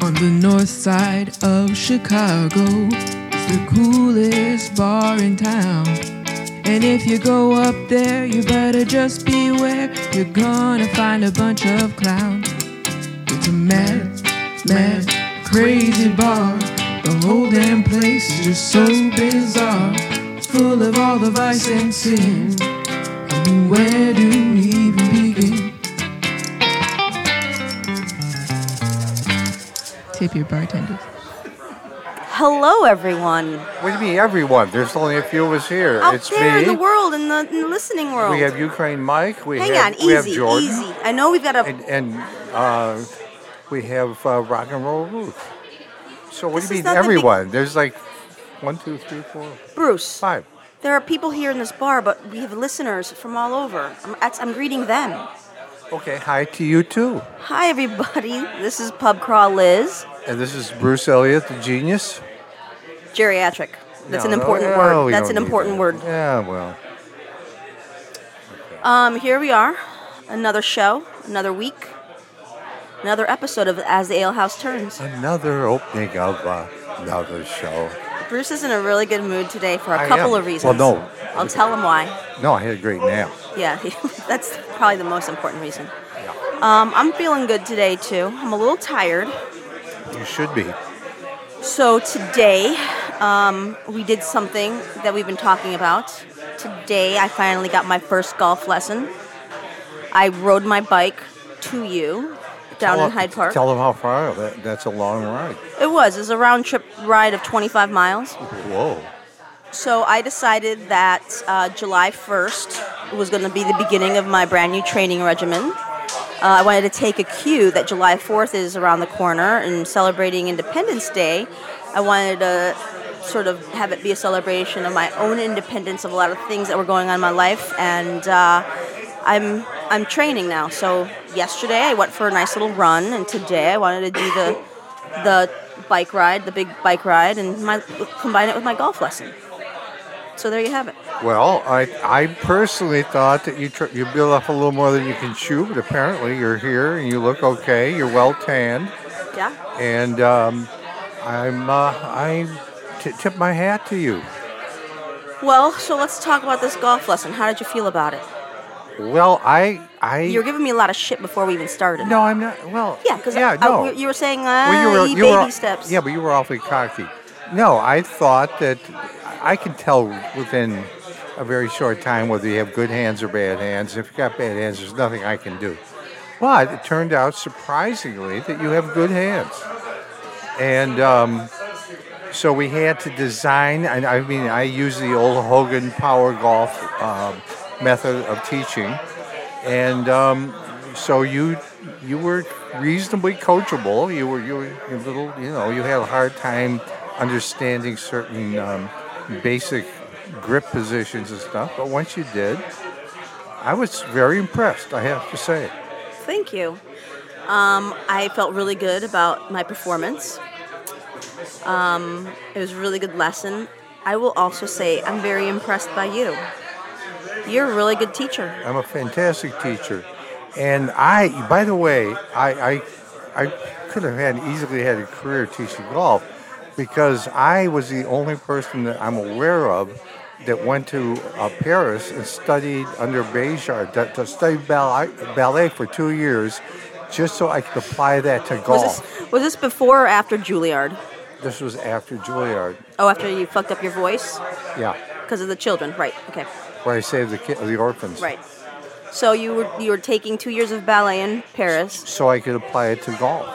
On the north side of Chicago, it's the coolest bar in town. And if you go up there, you better just beware. You're gonna find a bunch of clowns. It's a mad, mad, crazy bar. The whole damn place is just so bizarre, full of all the vice and sin. I mean, where do we even begin? Tip your bartenders. Hello, everyone. What do you mean, everyone? There's only a few of us here. Out it's there me. in the world, in the, in the listening world. We have Ukraine Mike. We Hang have, on, easy, we have Jordan. easy. I know we've got a. And, and uh, we have uh, Rock and Roll Ruth. So what This do is you mean, not the big- everyone? There's like one, two, three, four, Bruce, five. there are people here in this bar, but we have listeners from all over. I'm, that's- I'm greeting them. Okay, hi to you too. Hi, everybody. This is Pub Crawl Liz, And this is Bruce Elliott, the genius. geriatric. That's No, an no, important no, word. we That's an don't need important that. word. Yeah, well, Um, here we are, another show, another week, another episode of As the Ale House Turns. another opening of uh, another show. Bruce is in a really good mood today for I a couple am. of reasons. Well, no. I'll tell him why. No, I had a great nap. Yeah, that's probably the most important reason. Yeah. Um, I'm feeling good today too. I'm a little tired. You should be. So today, um, we did something that we've been talking about. Today, I finally got my first golf lesson. I rode my bike to you down Tell- in Hyde Park. Tell them how far. That, that's a long ride. It was. It was a round trip ride of 25 miles. Whoa. So I decided that uh, July 1st was going to be the beginning of my brand new training regimen. Uh, I wanted to take a cue that July 4th is around the corner and celebrating Independence Day. I wanted to sort of have it be a celebration of my own independence of a lot of things that were going on in my life, and uh, I'm I'm training now. So yesterday I went for a nice little run, and today I wanted to do the the bike ride, the big bike ride, and my, combine it with my golf lesson. So there you have it. Well, I I personally thought that you tr- you build up a little more than you can chew, but apparently you're here and you look okay. You're well tanned, Yeah. and um, I'm uh, I t- tip my hat to you. Well, so let's talk about this golf lesson. How did you feel about it? Well, I I You were giving me a lot of shit before we even started. no, I'm not. Well, Yeah, because yeah, no. you were saying, uh, Well, eat were- baby steps. Yeah, but you were awfully cocky. No, I thought that I can tell within a very short time whether you have good hands or bad hands. If you got bad hands, there's nothing I can do. But it turned out surprisingly that you have good hands, and um, so we had to design. And I mean, I use the old Hogan Power Golf um, method of teaching, and um, so you you were reasonably coachable. You were you were a little you know you had a hard time understanding certain um, basic grip positions and stuff, but once you did, I was very impressed. I have to say. Thank you. Um, I felt really good about my performance. Um, it was a really good lesson. I will also say I'm very impressed by you. You're a really good teacher. I'm a fantastic teacher, and I. By the way, I I, I could have had easily had a career teaching golf because I was the only person that I'm aware of that went to uh, Paris and studied under Béjart to, to study ballet, ballet for two years, just so I could apply that to Was golf. this, was this before or after Juilliard? This was after Juilliard. Oh, after you fucked up your voice? Yeah, Because of the children, right? Okay, where I saved the ki- the orphans. right. So you were you were taking two years of ballet in Paris. So I could apply it to golf.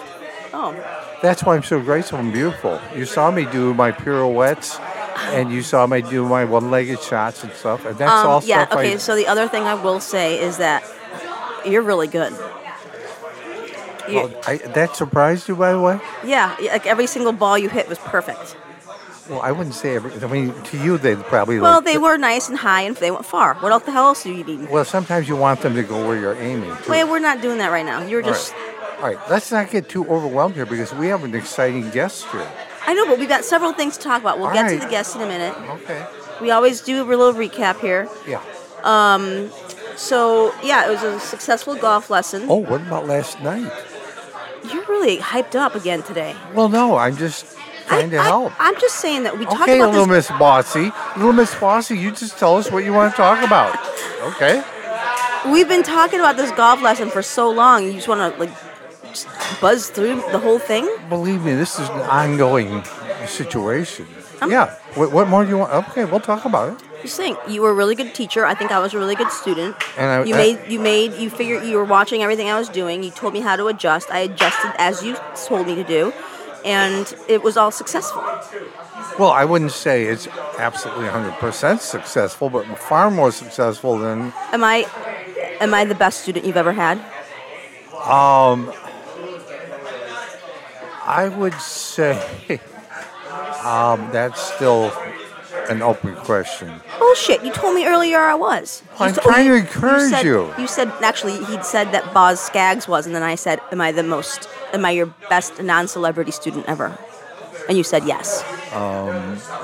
Oh, That's why I'm so graceful and beautiful. You saw me do my pirouettes, and you saw me do my one-legged shots and stuff, and that's all um, yeah. stuff Okay. I. So the other thing I will say is that you're really good. You- Well, Oh, I, that surprised you, by the way. yeah, like every single ball you hit was perfect. Well, I wouldn't say. Every, I mean, to you, they probably. Well, look- they were nice and high, and they went far. What else the hell else do you need? Well, sometimes you want them to go where you're aiming. Too. Wait, we're not doing that right now. You're All right. just. All right, let's not get too overwhelmed here because we have an exciting guest here. I know, but we've got several things to talk about. We'll All get right. to the guests in a minute. Okay. We always do a little recap here. Yeah. So yeah, it was a successful golf lesson. Oh, what about last night? You're really hyped up again today. Well, no, I'm just trying to help. I, am just saying that we talked okay, about little this. Miss Bossy, little Miss Bossy, you just tell us what you want to talk about. Okay. We've been talking about this golf lesson for so long. You just want to like just buzz through the whole thing. Believe me, this is an ongoing situation. yeah. What, what more do you want? Okay, we'll talk about it. Just saying, you were a really good teacher. I think I was a really good student. And I- you I- made you made you figured you were watching everything I was doing. You told me how to adjust. I adjusted as you told me to do, and it was all successful. Well, I wouldn't say it's absolutely 100% successful, but far more successful than Am I am I the best student you've ever had? I would say um, that's still an open question. Bullshit! You told me earlier I was. You I'm told- trying to encourage said, you. You said actually he'd said that Boz Skaggs was, and then I said, "Am I the most? Am I your best non-celebrity student ever?" And you said yes.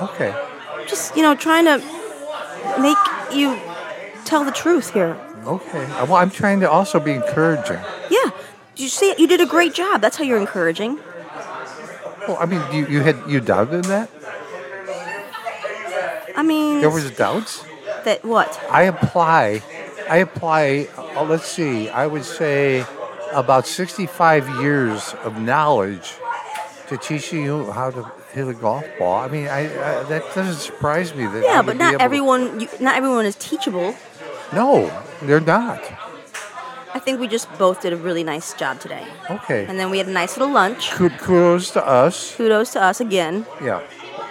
Okay. Just you know, trying to make you tell the truth here. Okay. Well, I'm trying to also be encouraging. Yeah, you see, you did a great job. That's how you're encouraging. Well, I mean, you, you had you doubted that? I mean, There was doubts? that what? I apply, I apply, uh, let's see, I would say about 65 years of knowledge to teaching you how to hit a golf ball. I mean, I, I that doesn't surprise me. That I Yeah, would but be not able to- everyone. You, not everyone is teachable. no, they're not. I think we just both did a really nice job today. Okay. And then we had a nice little lunch. Kud- Kudos to us. Kudos to us again. Yeah.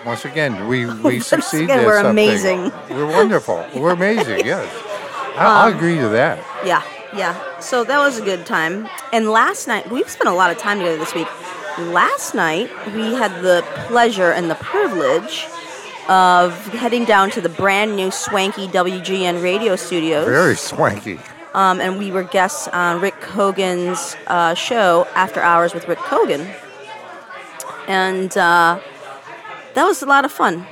Once again, we, we Once succeeded. again, at we're something. amazing. We're wonderful. We're amazing, yes. Um, I, I'll agree to that. Yeah, yeah. So that was a good time. And last night, we've spent a lot of time together this week. Last night, we had the pleasure and the privilege of heading down to the brand new swanky WGN radio studios. Very swanky. Um, and we were guests on Rick Kogan's uh, show, After Hours with Rick Kogan. And uh, that was a lot of fun.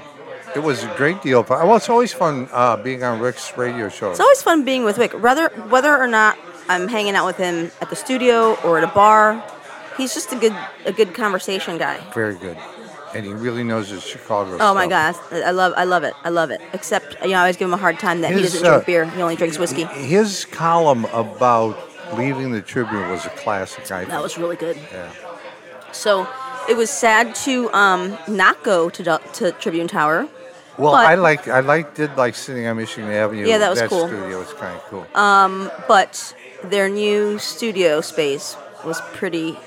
It was a great deal. of fun. Well, it's always fun uh, being on Rick's radio show. It's always fun being with Rick, whether whether or not I'm hanging out with him at the studio or at a bar. He's just a good a good conversation guy. Very good. And he really knows his Chicago Oh my stuff. gosh, I love I love it. I love it. Except you know, I always give him a hard time that he His, doesn't uh, drink beer. He only drinks whiskey. His column about leaving the Tribune was a classic, I That think. was really good. Yeah. So it was sad to um, not go to Do- to Tribune Tower. Well, but- I like I like did like sitting on Michigan Avenue. Yeah, that was cool. Uh, studio was kind of cool. but their new studio space was pretty.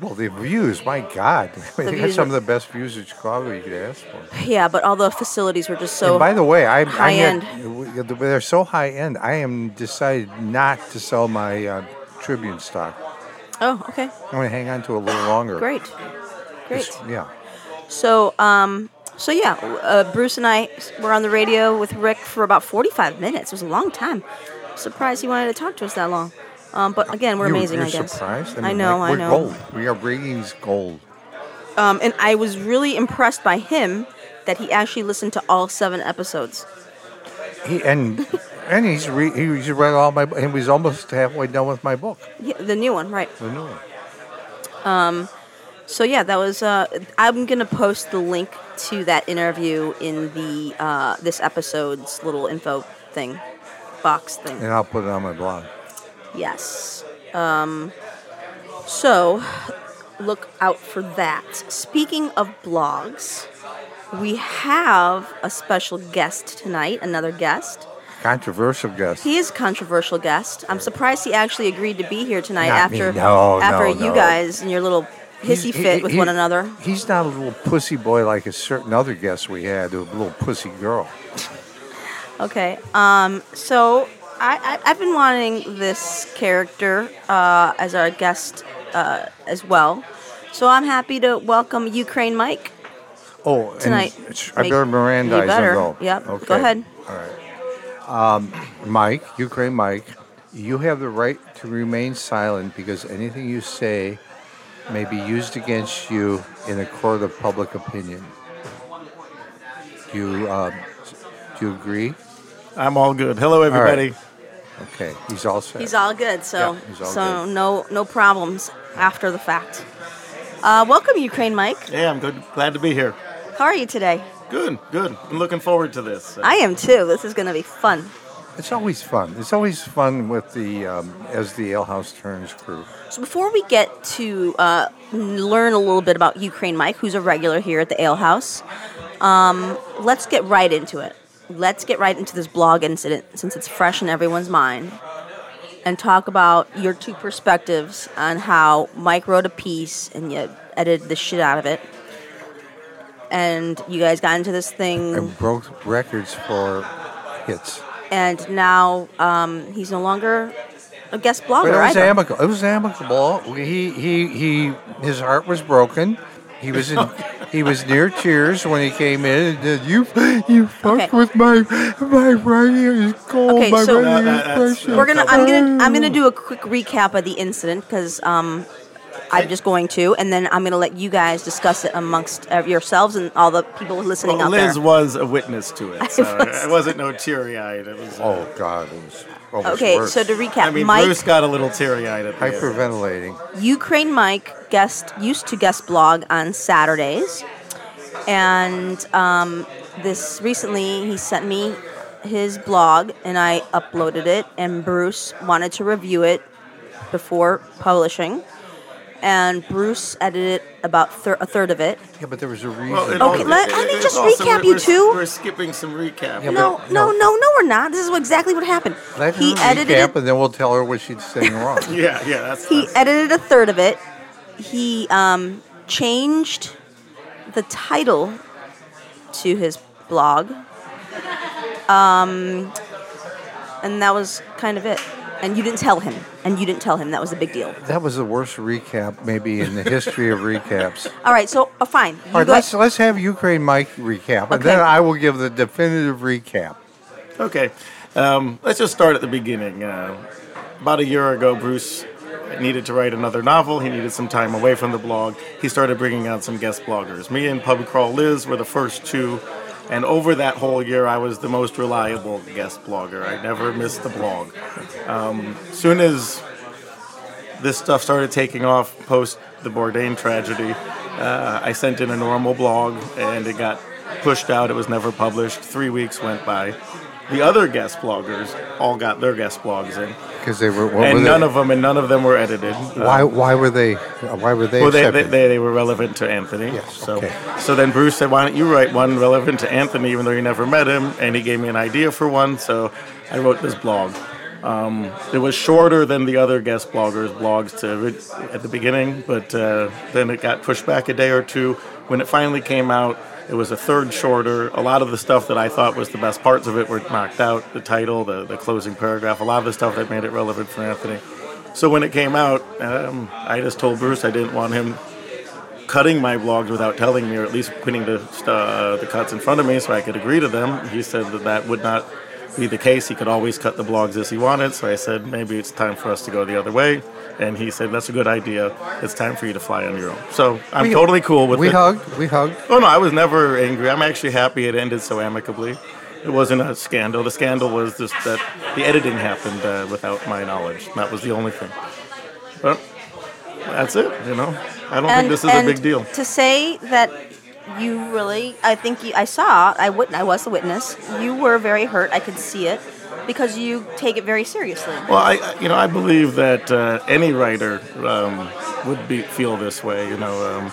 well, the views, my God, I mean, they got views some of were- the best views in Chicago you could ask for. Yeah, but all the facilities were just so. and by the way, I, I high had- end. w- they're so high end. I am decided not to sell my uh, Tribune stock. oh, okay, I'm going to hang on to it a little longer. great, great. It's- Yeah. So, um, so yeah, uh, Bruce and I were on the radio with Rick for about 45 minutes. It was a long time. Surprised he wanted to talk to us that long. Um, but again, we're You- amazing. You're I guess. surprised? I know. like, I we're know. Gold. We are ratings gold. Um, and I was really impressed by him that he actually listened to all seven episodes. He and and he's re, he's read all my. He was almost halfway done with my book. Yeah, the new one, right? The new one. So yeah, that was. Uh, I'm gonna post the link to that interview in the uh, this episode's little info thing, box thing. And I'll put it on my blog. Yes. Um, so look out for that. Speaking of blogs, we have a special guest tonight. Another guest. Controversial guest. He is a controversial guest. I'm surprised he actually agreed to be here tonight Not me. after No, after no, you no. guys and your little He's- hissy he- fit he- with he- one another. He's not a little pussy boy like a certain other guest we had, a little pussy girl. Okay. Um, so I, I, I've been wanting this character uh, as our guest uh, as well. So I'm happy to welcome Ukraine Mike. Oh, Tonight. And it's- I Make- better Mirandize you better. him though. Yep, go Okay. ahead. All right. Um, Mike, Ukraine Mike, you have the right to remain silent because anything you say may be used against you in a court of public opinion. Do you, um, do you agree? I'm all good. Hello, right. everybody. Okay, he's all set. He's all good. So Yeah, he's all so good. no no problems after the fact. Uh, welcome, Ukraine Mike. Yeah, I'm good. Glad to be here. How are you today? Good, good. I'm looking forward to this. I am too. This is going to be fun. It's always fun. It's always fun with the um, as the Alehouse Turns crew. So before we get to uh, learn a little bit about Ukraine Mike, who's a regular here at the Ale House, um, let's get right into it. Let's get right into this blog incident since it's fresh in everyone's mind and talk about your two perspectives on how Mike wrote a piece and you edited the shit out of it. And you guys got into this thing. I broke records for hits. and now um, he's no longer a guest blogger But it was either. amicable. It was amicable. He he he. His heart was broken. He was in. he was near tears when he came in. And did, you you fucked Okay. with my my right ear is cold. Okay, my so- right ear No, is that- that's- precious. We're gonna. I'm gonna. I'm gonna do a quick recap of the incident because um, I'm just going to, and then I'm gonna let you guys discuss it amongst uh, yourselves and all the people listening Well, out Liz there. was a witness to I it, so was. it wasn't no teary-eyed. It was. uh, Oh God! It was almost Okay, worse. so to recap, I mean, Mike, Bruce got a little teary-eyed at the end. hyperventilating. Ukraine Mike, guest used to guest blog on Saturdays, and um, this recently he sent me his blog, and I uploaded it, and Bruce wanted to review it before publishing. And Bruce edited about thir- a third of it, Yeah, but there was a reason. Well, it Okay, all- let- it- let me it's just also- recap we're- you we're- two. We're skipping some recap. Yeah, No, but- no, no. no, no, we're not. This is exactly what happened. Let he her edited recap, it, and then we'll tell her what she's saying wrong. yeah, yeah. That's, he that's- edited a third of it. He um, changed the title to his blog. Um, and that was kind of it. And you didn't tell him. And you didn't tell him. That was a big deal. That was the worst recap maybe in the history of recaps. All right, so uh, fine. You All right, go- let's let's have Ukraine Mike recap, and then Okay. I will give the definitive recap. Okay, um, let's just start at the beginning. Uh, about a year ago, Bruce needed to write another novel. He needed some time away from the blog. He started bringing out some guest bloggers. Me and Pub Crawl Liz were the first two, and over that whole year, I was the most reliable guest blogger. I never missed the blog. Um, soon as this stuff started taking off post the Bourdain tragedy. Uh, I sent in a normal blog and it got pushed out. It was never published. Three weeks went by. The other guest bloggers all got their guest blogs in, Because they were, what were and they- none of them and none of them were edited. why why were they why were they Well, they, they, accepted? they, they were relevant to Anthony. Yes, So, okay. so then Bruce said, "Why don't you write one relevant to Anthony, even though you never met him?" And he gave me an idea for one, so I wrote this blog. Um, it was shorter than the other guest bloggers' blogs to, at the beginning, but uh, then it got pushed back a day or two. When it finally came out, it was a third shorter. A lot of the stuff that I thought was the best parts of it were knocked out the title, the, the closing paragraph, a lot of the stuff that made it relevant for Anthony. So when it came out, um, I just told Bruce I didn't want him cutting my blogs without telling me, or at least putting the uh, the cuts in front of me so I could agree to them. He said that that would not be the case. He could always cut the blogs as he wanted. So I said maybe it's time for us to go the other way. And he said that's a good idea. It's time for you to fly on your own. So I'm We- totally cool with we it. hugged we hugged. Oh no, I was never angry. I'm actually happy it ended so amicably. It wasn't a scandal. The scandal was just that the editing happened uh, without my knowledge. That was the only thing. But that's it. You know, I don't think this is a and big deal. To say that you really, I think you, I saw, I wit- I was a witness. You were very hurt. I could see it because you take it very seriously. Well, I, I- you know, I believe that uh, any writer um, would be, feel this way. You know, um,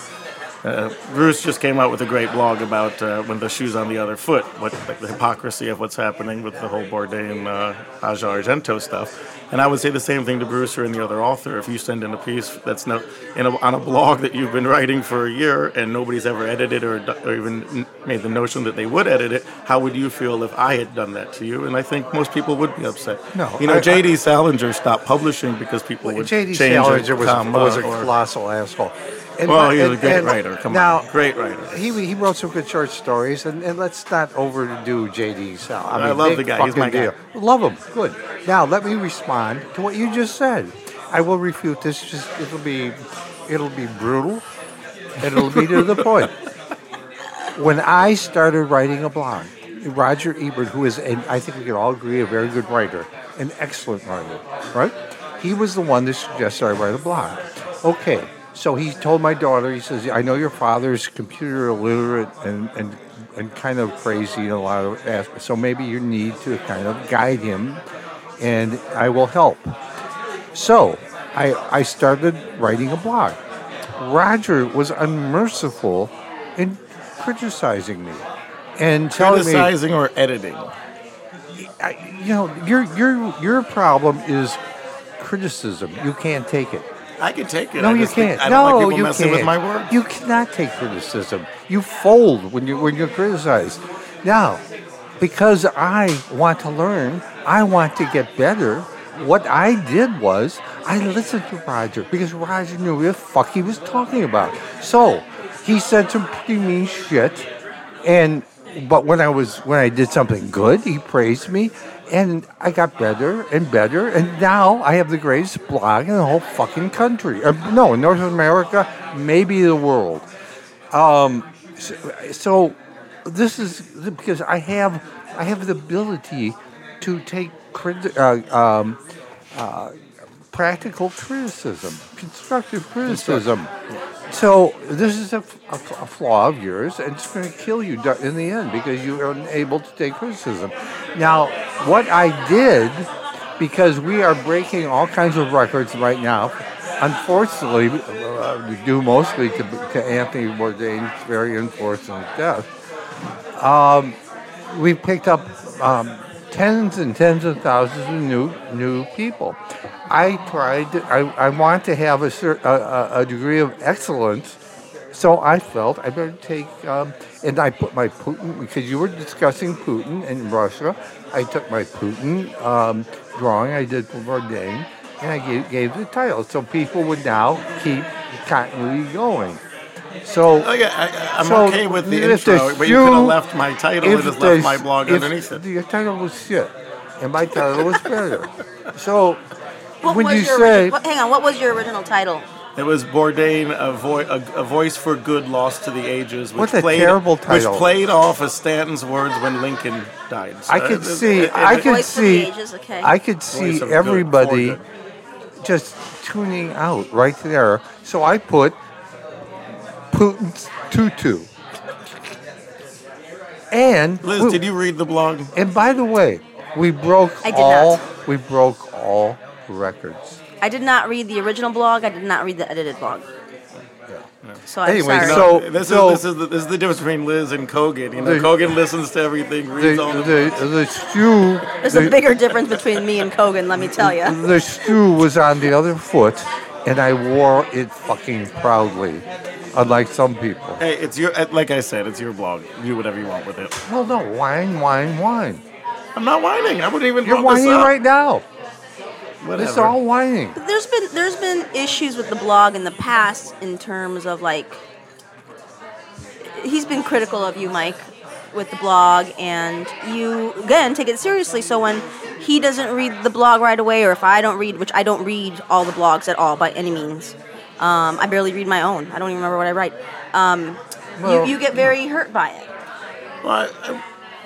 uh, Bruce just came out with a great blog about uh, when the shoe's on the other foot, what the hypocrisy of what's happening with the whole Bourdain, uh, Aja Argento stuff. And I would say the same thing to Bruce or any other author. If you send in a piece that's no, in a, on a blog that you've been writing for a year and nobody's ever edited or, do- or even n- made the notion that they would edit it, how would you feel if I had done that to you? And I think most people would be upset. No, you know, I- I- J.D. Salinger stopped publishing because people would J.D. change it, Salinger oh, was, comma, was a or- colossal asshole. And Well, my- he was a and- great and writer. Come now, on, great writer. He, he wrote some good short stories, and, and let's not overdo J.D. Sal. I love the guy. He's my guy. Love him. Good. Now let me respond to what you just said. I will refute this. Just it'll be, it'll be brutal, and it'll be to the point. When I started writing a blog, Roger Ebert, who is, and I think we can all agree, a very good writer, an excellent writer, right? He was the one that suggested I write a blog. Okay, so he told my daughter, he says, I know your father's computer illiterate and, and, and kind of crazy in a lot of aspects, so maybe you need to kind of guide him, and I will help. So I, I started writing a blog. Roger was unmerciful in criticizing me and telling me Criticizing or editing? I, you know, your your your problem is criticism. You can't take it. I can take it. No, I you just think- can't. I don't no, like people you messing can't. with my work. You cannot take criticism. You fold when you when you're criticized. Now, because I want to learn, I want to get better. What I did was I listened to Roger because Roger knew what the fuck he was talking about. So he said some pretty mean shit and but when I was when I did something good, he praised me, and I got better and better, and now I have the greatest blog in the whole fucking country. Uh, no, in North America, maybe the world. Um, so, so this is because I have I have the ability to take criti- uh, um, practical criticism, constructive criticism. So this is a, a- a flaw of yours, and it's going to kill you do- in the end because you are unable to take criticism. Now, what I did, because we are breaking all kinds of records right now, unfortunately, uh, due mostly to, to Anthony Bourdain's very unfortunate death, we picked up um, tens and tens of thousands of new new people. I tried. To, I, I want to have a, cer- a a- a degree of excellence, so I felt I better take. Um, and I put my Putin because you were discussing Putin and Russia. I took my Putin um, drawing I did for Bourdain, and I gave, gave the title so people would now keep continuity going. So Oh, yeah, I, I'm So, okay with the if the intro, but you could shoe- have left my title and just left there's- my blog if underneath it. Your title was shit, and my title was better. So What when was you your say, origi- what- hang on, what was your original title? It was Bourdain, a, vo- a, a voice for good lost to the ages, which What a played terrible title. which played off of Stanton's words when Lincoln died. So I could it- it- see, it- I it- could Voice of the see, ages, okay. I could Voice see of good, everybody for good. just tuning out right there. So I put Putin's tutu. And Liz, did you read the blog? And by the way, we broke I did all. not. We broke all records. I did not read the original blog. I did not read the edited blog. So I'm Anyway, sorry. so- this so- is this is the, this is the difference between Liz and Kogan. You know, The- Kogan listens to everything, The reads all the, the the stew. There's the- a bigger difference between me and Kogan, let me tell you. The shoe was on the other foot, and I wore it fucking proudly, unlike some people. Hey, it's your uh, like I said, it's your blog. Do whatever you want with it. Well, no, wine, wine, wine. I'm not whining. I wouldn't even. You're brought this whining up. right now. Whatever. It's all whining. There's been there's been issues with the blog in the past in terms of like he's been critical of you, Mike, with the blog and you again take it seriously. So when he doesn't read the blog right away or if I don't read which I don't read all the blogs at all by any means. Um, I barely read my own. I don't even remember what I write. Um, Well- you, you get very hurt by it. Well, I- I-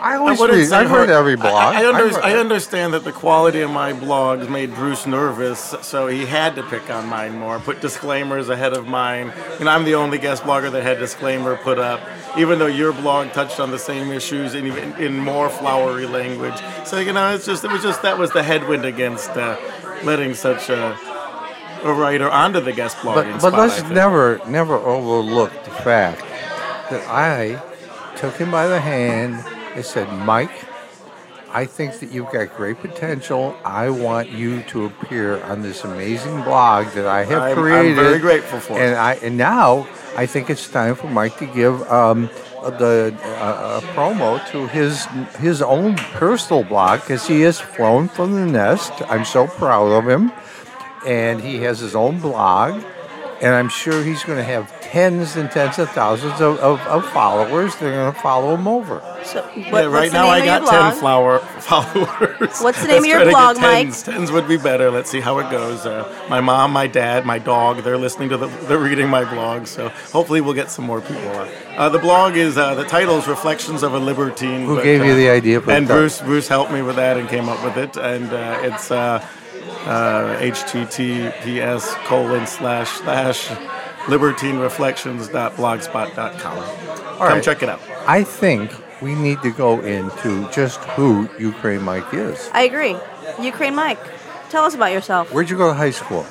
I I always wouldn't read. say I've read hurt. every I- blog. I, I, under- I've I read- understand that the quality of my blogs made Bruce nervous, so he had to pick on mine more, put disclaimers ahead of mine. And I'm the only guest blogger that had disclaimer put up, even though your blog touched on the same issues in, even in more flowery language. So, you know, it's just, it was just, that was the headwind against uh, letting such a, a writer onto the guest blogging but, but spot, I let's think. never, never overlook the fact that I took him by the hand and said, Mike, I think that you've got great potential. I want you to appear on this amazing blog that I have I'm- I'm created. very grateful for it. And I and now I think it's time for Mike to give um, the uh, a promo to his his own personal blog because he has flown from the nest. I'm so proud of him, and he has his own blog. And I'm sure he's going to have tens and tens of thousands of, of, of followers. They're going to follow him over. So, what, yeah, what's right the now name I of your got blog? ten flower followers. What's the name Let's of your try to get blog, Mike? tens. Tens would be better. Let's see how it goes. Uh, my mom, my dad, my dog—they're listening to the, they're reading my blog. So hopefully we'll get some more people. on. Uh, the blog is uh, the title is "Reflections of a Libertine." Who but, gave you uh, the idea for the And title? Bruce, Bruce helped me with that and came up with it. And uh, it's uh, uh, https colon slash slash libertinereflections.blogspot.com. Come right. check it out. I think we need to go into just who Ukraine Mike is. I agree. Ukraine Mike, tell us about yourself. Where'd you go to high school?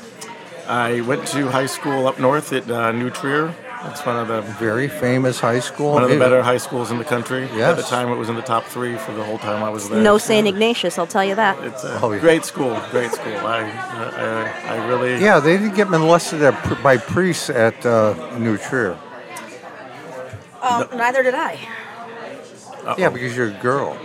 I went to high school up north at uh, New Trier. That's one of the Very famous high school. one of the better high schools in the country. At the Oh, Yes. time, it was in the top three for the whole time I was there. No St. Ignatius, I'll tell you that. It's a Oh, yeah. great school. Great school. I I, I really Yeah, they didn't get molested at, pr- by priests at uh, New Trier. Um, Neither did I. Yeah, because you're a girl.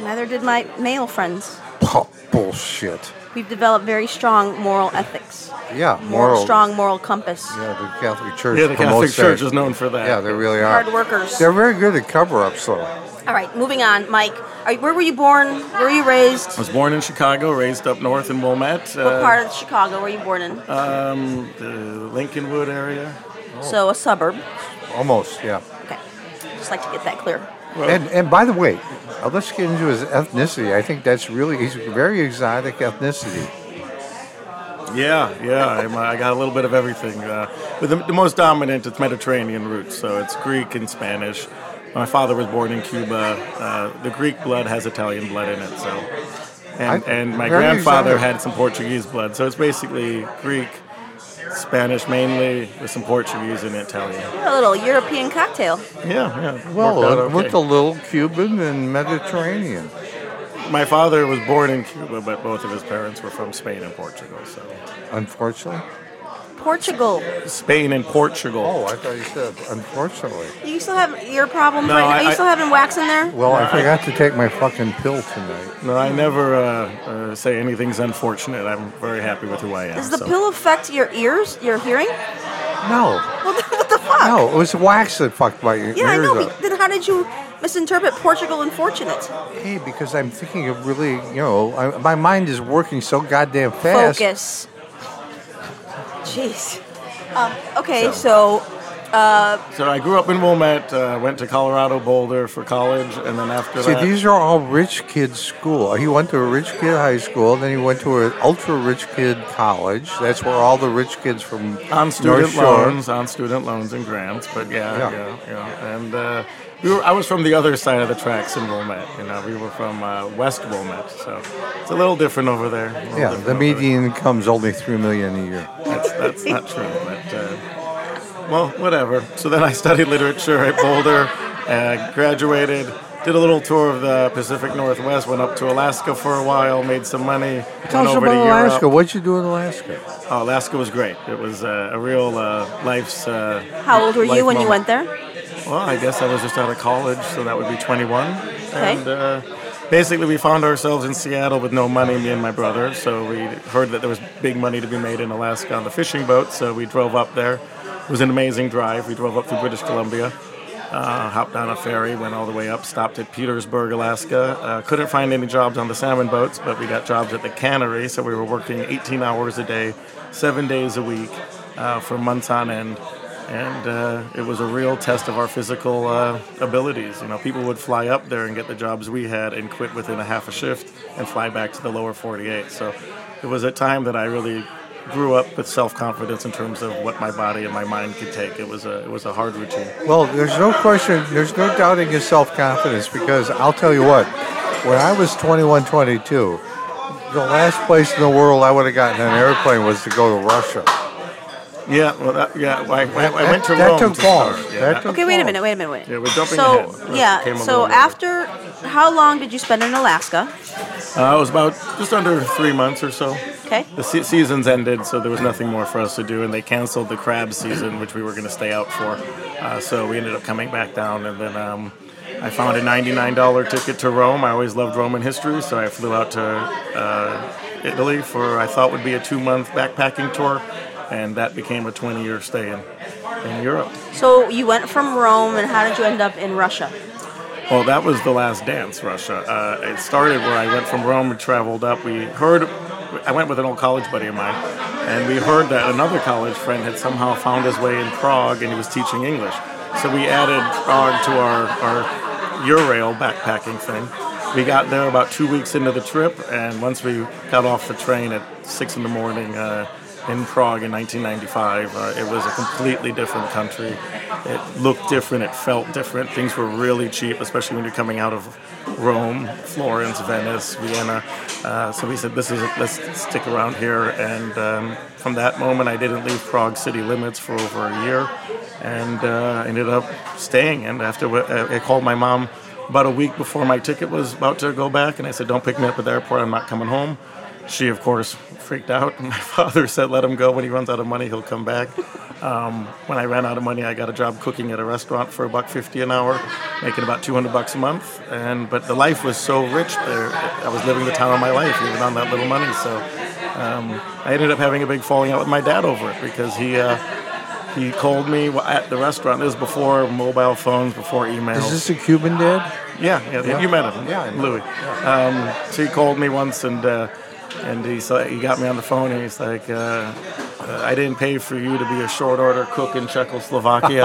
Neither did my male friends. Bull- Bullshit. We've developed very strong moral ethics, Yeah, moral, moral. strong moral compass. Yeah, the Catholic Church. Yeah, the Catholic promotes Church that. is known for that. Yeah, they really are. Hard workers. They're very good at cover-ups, though. All right, moving on. Mike, are, where were you born? Where were you raised? I was born in Chicago, raised up north in Wilmette. uh, What part of Chicago were you born in? Um, the Lincolnwood area. so a suburb. Almost, yeah. Okay, just like to get that clear. Well, And and by the way, uh, let's get into his ethnicity. I think that's really he's a very exotic ethnicity. Yeah, yeah. I'm, I got a little bit of everything. Uh, but the, the most dominant, it's Mediterranean roots, so it's Greek and Spanish. My father was born in Cuba. Uh, the Greek blood has Italian blood in it, so. And, I- and my very grandfather exotic. had some Portuguese blood, so it's basically Greek, Spanish mainly, with some Portuguese and Italian. A little European cocktail. Yeah, yeah. Well, uh, worked out it looked okay. a little Cuban and Mediterranean. my father was born in Cuba, but both of his parents were from Spain and Portugal. So Unfortunately. Portugal. Spain and Portugal. Oh, I thought you said unfortunately. You still have ear problems No, right now? I- Are you I- still having wax in there? Well, I forgot to take my fucking pill tonight. No, I never uh, uh, say anything's unfortunate. I'm very happy with who I am. Does the so. pill affect your ears, your hearing? No, What the, what the fuck? no, it was wax that fucked my ears Yeah, I know. up. but Then how did you misinterpret Portugal and fortunate? Hey, because I'm thinking of really, you know, I, my mind is working so goddamn fast. Focus. Jeez. Um, okay, so, So I grew up in Wilmette, uh, went to Colorado Boulder for college, and then after See, that, these are all rich kids' school. He went to a rich kid high school, then he went to an ultra rich kid college. That's where all the rich kids from on North student Shore. loans, on student loans and grants. But yeah, Yeah. yeah, yeah. And uh, we were, I was from the other side of the tracks in Wilmette. You know, we were from uh, West Wilmette, so it's a little different over there. a little Yeah, different the over there. median income's only three million a year. That's, that's not true, but uh, well, whatever. So then I studied literature at Boulder, uh, graduated, did a little tour of the Pacific Northwest, went up to Alaska for a while, made some money, Tell went us over about to Europe. Alaska. What'd you do in Alaska? Oh, Alaska was great. It was uh, a real uh, life's. Uh, how old were life you when you went moment. there? Well, I guess I was just out of college, so that would be 21. Okay. And uh, basically, we found ourselves in Seattle with no money, me and my brother. So we heard that there was big money to be made in Alaska on the fishing boat, so we drove up there. It was an amazing drive. We drove up through British Columbia, uh, hopped on a ferry, went all the way up, stopped at Petersburg, Alaska. Uh, couldn't find any jobs on the salmon boats, but we got jobs at the cannery, so we were working 18 hours a day, seven days a week, uh, for months on end and uh, it was a real test of our physical uh, abilities. You know, people would fly up there and get the jobs we had and quit within a half a shift and fly back to the lower 48. So it was a time that I really grew up with self-confidence in terms of what my body and my mind could take. It was a it was a hard routine. Well, there's no question, there's no doubting his self confidence because I'll tell you what, when I was 21, 22, the last place in the world I would have gotten an airplane was to go to Russia. Yeah, well, that, yeah, I, I, I went to That- that Rome took to balls. start. Yeah, That that- took- Okay, wait a minute, wait a minute, wait. Yeah, we're jumping so, ahead. That came yeah, a so little bit. after, how long did you spend in Alaska? uh, it was about just under three months or so. Okay. The se- season's ended, so there was nothing more for us to do, and they canceled the crab season, which we were going to stay out for. Uh, so we ended up coming back down, and then um, I found a $99 ticket to Rome. I always loved Roman history, so I flew out to uh, Italy for I thought would be a two month backpacking tour. and that became a 20-year stay in, in Europe. So you went from Rome, and how did you end up in Russia? Well, that was the last dance, Russia. Uh, it started where I went from Rome and traveled up. We heard, I went with an old college buddy of mine, and we heard that another college friend had somehow found his way in Prague and he was teaching English. So we added Prague to our, our Eurail backpacking thing. We got there about two weeks into the trip, and once we got off the train at six in the morning, uh, in Prague in 1995. Uh, it was a completely different country. It looked different. It felt different. Things were really cheap, especially when you're coming out of Rome, Florence, Venice, Vienna. Uh, so we said, "This is let's stick around here." And um, from that moment, I didn't leave Prague city limits for over a year, and uh, ended up staying. And after uh, I called my mom. About a week before my ticket was about to go back, and I said, "Don't pick me up at the airport. I'm not coming home." She, of course, freaked out. My father said, "Let him go. When he runs out of money, he'll come back." Um, when I ran out of money, I got a job cooking at a restaurant for a buck fifty an hour, making about two hundred bucks a month. And but the life was so rich there. I was living the time of my life, even on that little money. So um, I ended up having a big falling out with my dad over it because he. Uh, he called me at the restaurant. This was before mobile phones, before emails. Is this a Cuban dad? Yeah, yeah, Yeah. you met him. Yeah, I know. Louis. Um, so he called me once and uh, and he saw, he got me on the phone and he's like, uh, uh, I didn't pay for you to be a short order cook in Czechoslovakia.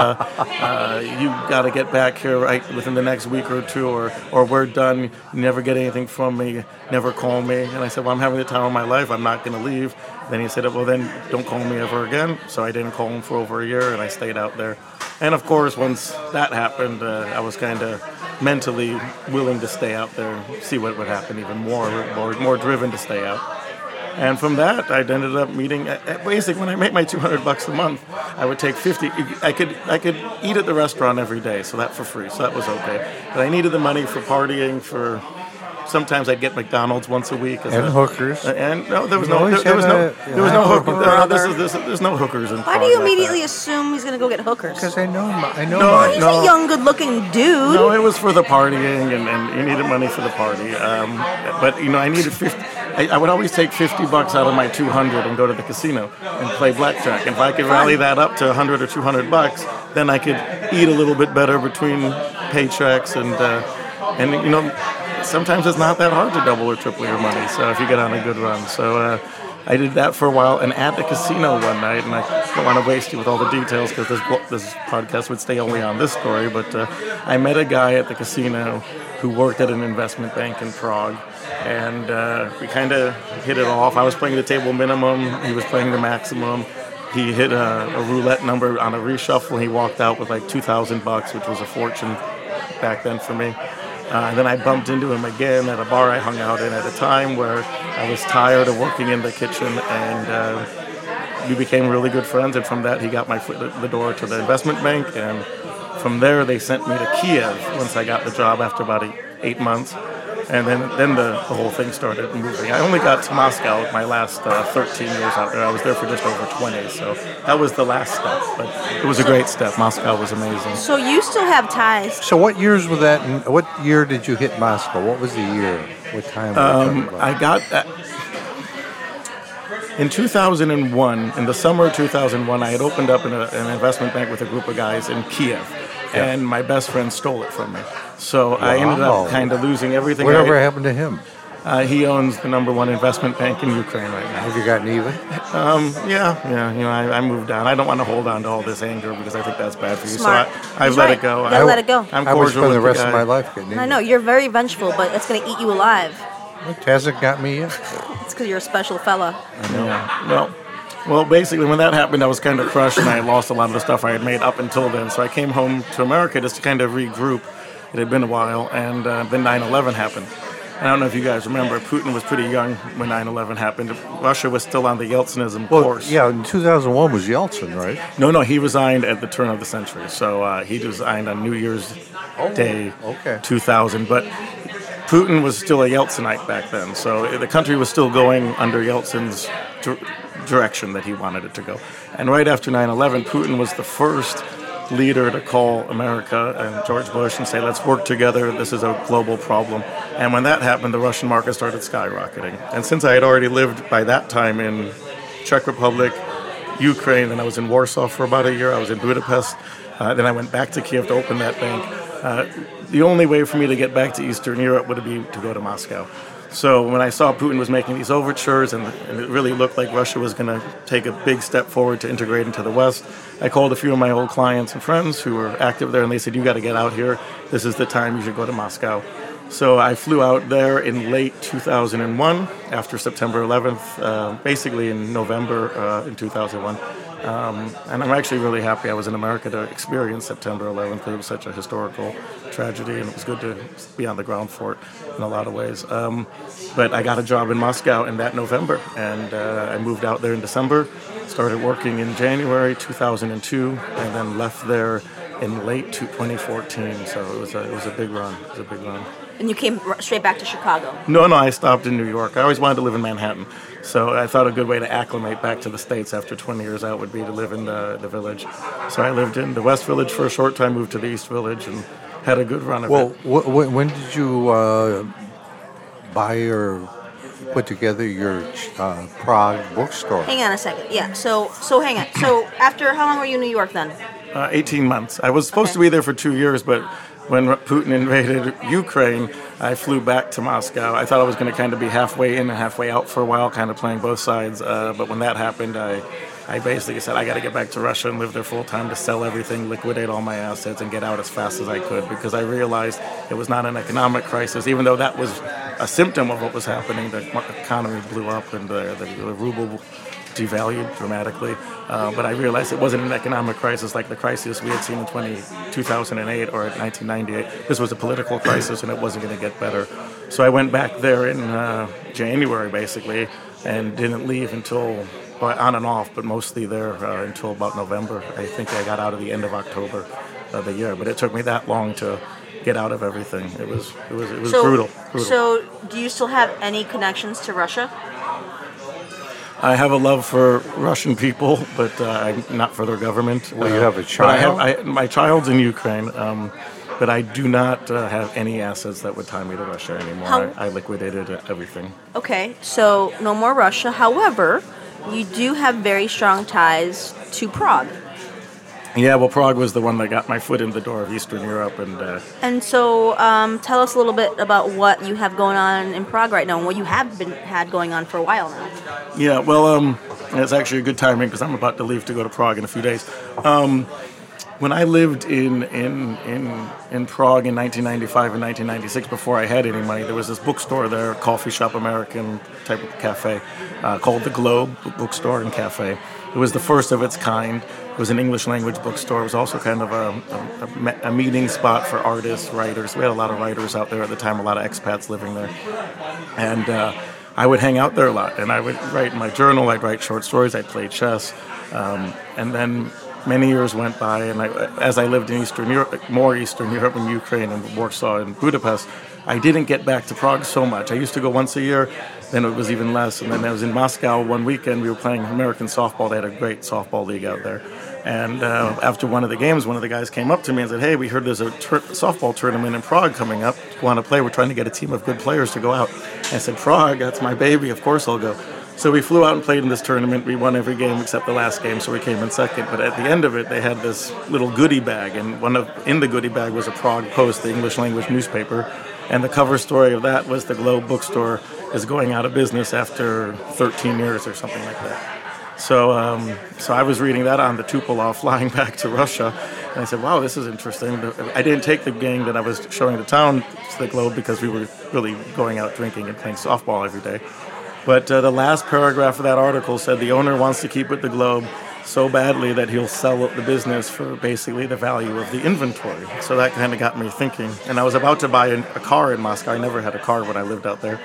uh, you got to get back here right within the next week or two, or or we're done. You never get anything from me. Never call me. And I said, Well, I'm having the time of my life. I'm not going to leave. Then he said, Well, then don't call me ever again. So I didn't call him for over a year and I stayed out there. And of course, once that happened, uh, I was kind of mentally willing to stay out there, see what would happen even more, more, more driven to stay out. And from that, I ended up meeting. At, at basic, when I made my 200 bucks a month, I would take 50. I could I could eat at the restaurant every day, so that for free, so that was okay. But I needed the money for partying. For sometimes I'd get McDonald's once a week. As And a- hookers. And no, there was You no there, always there was had no a- there was no yeah. hookers. No, this is, this, there's no hookers in. Why Prague do you Oh, like that. immediately assume he's going to go get hookers? Because I know my, I know No, my- He's uh, no. a young, good-looking dude. No, it was for the partying, and, and you needed money for the party. Um, but you know, I needed fifty. I, I would always take fifty bucks out of my two hundred and go to the casino and play blackjack. And if I could rally that up to hundred or two hundred bucks, then I could eat a little bit better between paychecks, and uh, and you know, sometimes it's not that hard to double or triple your money. So if you get on a good run, so. Uh, I did that for a while, and at the casino one night, and I don't want to waste you with all the details because this blo- this podcast would stay only on this story. But uh, I met a guy at the casino who worked at an investment bank in Prague, and uh, we kind of hit it off. I was playing the table minimum, he was playing the maximum. He hit a, a roulette number on a reshuffle. He walked out with like two thousand bucks, which was a fortune back then for me. Uh, and then I bumped into him again at a bar I hung out in at a time where I was tired of working in the kitchen, and uh, we became really good friends. And from that, he got my foot the- the door to the investment bank, and from there they sent me to Kiev once I got the job after about eight, eight months. And then, then the, the whole thing started moving. I only got to Moscow my last uh, 13 years out there. I was there for just over 20, so that was the last step. But it was a great step. Moscow was amazing. So you still have ties. So what years was that? in- What year did you hit Moscow? What was the year? What time? were we talking about? Um, I got that. In 2001, in the summer of 2001, I had opened up in a, an investment bank with a group of guys in Kiev, and my best friend stole it from me. So I ended Wow. up kind of losing everything. I- Whatever happened to him? uh, he owns the number one investment bank in Ukraine right now. Have you gotten even? Yeah, yeah. You know, I, I moved on. I don't want to hold on to all this anger because I think that's bad for you. Smart. So I, I've He's let right. it go. You gotta I, let it go. I'm I would cordial spend the with rest of guy. my life getting even. I know you're very vengeful, but it's going to eat you alive. It hasn't got me yet. It's because you're a special fella. Yeah. Well, well, basically, when that happened, I was kind of crushed and I lost a lot of the stuff I had made up until then. So I came home to America just to kind of regroup. It had been a while, and uh, then 9 11 happened. And I don't know if you guys remember, Putin was pretty young when 9 11 happened. Russia was still on the Yeltsin Well, course. yeah, in 2001 was Yeltsin, right? No, no, he resigned at the turn of the century. So uh, he resigned on New Year's Day, Oh, okay. 2000. But Putin was still a Yeltsinite back then. So the country was still going under Yeltsin's dir- direction that he wanted it to go. And right after 9 11, Putin was the first leader to call America and George Bush and say, let's work together. This is a global problem. And when that happened, the Russian market started skyrocketing. And since I had already lived by that time in Czech Republic, Ukraine. Then I was in Warsaw for about a year. I was in Budapest. Uh, then I went back to Kiev to open that bank. Uh, the only way for me to get back to Eastern Europe would be to go to Moscow. So when I saw Putin was making these overtures and, and it really looked like Russia was going to take a big step forward to integrate into the West, I called a few of my old clients and friends who were active there and they said, You got to get out here. This is the time you should go to Moscow. So I flew out there in late 2001 after September 11th, uh, basically in November uh, in 2001. Um, and I'm actually really happy I was in America to experience September 11th because it was such a historical tragedy and it was good to be on the ground for it in a lot of ways. Um, but I got a job in Moscow in that November and uh, I moved out there in December, started working in January 2002, and then left there in late 2014. So it was a, it was a big run. It was a big run. And you came r- straight back to Chicago. No, no, I stopped in New York. I always wanted to live in Manhattan. So I thought a good way to acclimate back to the States after 20 years out would be to live in the, the village. So I lived in the West Village for a short time, moved to the East Village, and had a good run of Well, it. wh- wh- when did you uh, buy or put together your uh, Prague bookstore? Hang on a second. Yeah. So so hang on. So after how long were you in New York then? Uh, 18 months. I was supposed Okay. to be there for two years, but when Ru- Putin invaded Ukraine, I flew back to Moscow. I thought I was going to kind of be halfway in and halfway out for a while, kind of playing both sides. Uh, but when that happened, I, I basically said, I got to get back to Russia and live there full time to sell everything, liquidate all my assets, and get out as fast as I could because I realized it was not an economic crisis, even though that was a symptom of what was happening. The mo- economy blew up and the, the, the ruble devalued dramatically. Uh, but I realized it wasn't an economic crisis like the crisis we had seen in 20, 2008 or 1998. This was a political crisis and it wasn't going to get better. So I went back there in uh, January basically and didn't leave until well, on and off, but mostly there uh, until about November. I think I got out of the end of October of the year, but it took me that long to get out of everything. It was it was it was So brutal. brutal. so do you still have any connections to Russia? I have a love for Russian people, but uh, I'm not for their government. Well, you Uh, have a but I have- child? I- my child's in Ukraine, um, but I do not uh, have any assets that would tie me to Russia anymore. How- I, I liquidated everything. Okay. So no more Russia. However, you do have very strong ties to Prague. Yeah, well, Prague was the one that got my foot in the door of Eastern Europe, and uh, And so, um, tell us a little bit about what you have going on in Prague right now, and what you have been had going on for a while now. Yeah, well, um, it's actually a good timing because I'm about to leave to go to Prague in a few days. Um, when I lived in, in in in Prague in 1995 and 1996, before I had any money, there was this bookstore there, coffee shop, American type of cafe, uh, called the Globe Bookstore and Cafe. It was the first of its kind. It was an English language bookstore. It was also kind of a, a- a me- a meeting spot for artists, writers. We had a lot of writers out there at the time, a lot of expats living there and uh, I would hang out there a lot. And I would write in my journal. I'd write short stories. I'd play chess. Um, and then many years went by, and I, as I lived in Eastern Europe, more Eastern Europe and Ukraine and Warsaw and Budapest, I didn't get back to Prague so much. I used to go once a year. Then it was even less. And then I was in Moscow one weekend. We were playing American softball. They had a great softball league out there. And uh, after one of the games, one of the guys came up to me and said, "Hey, we heard there's a tur- softball tournament in Prague coming up. Want to play? We're trying to get a team of good players to go out." I said, "Prague, that's my baby. Of course I'll go." So we flew out and played in this tournament. We won every game except the last game, so we came in second. But at the end of it, they had this little goodie bag, and one of in the goodie bag was a Prague Post, the English language newspaper, and the cover story of that was the Globe bookstore is going out of business after 13 years or something like that. So, um, so I was reading that on the Tupolev flying back to Russia, and I said, "Wow, this is interesting." I didn't take the gang that I was showing the town to the Globe because we were really going out drinking and playing softball every day. But uh, the last paragraph of that article said the owner wants to keep it the Globe so badly that he'll sell up the business for basically the value of the inventory. So that kind of got me thinking. And I was about to buy an, a car in Moscow. I never had a car when I lived out there.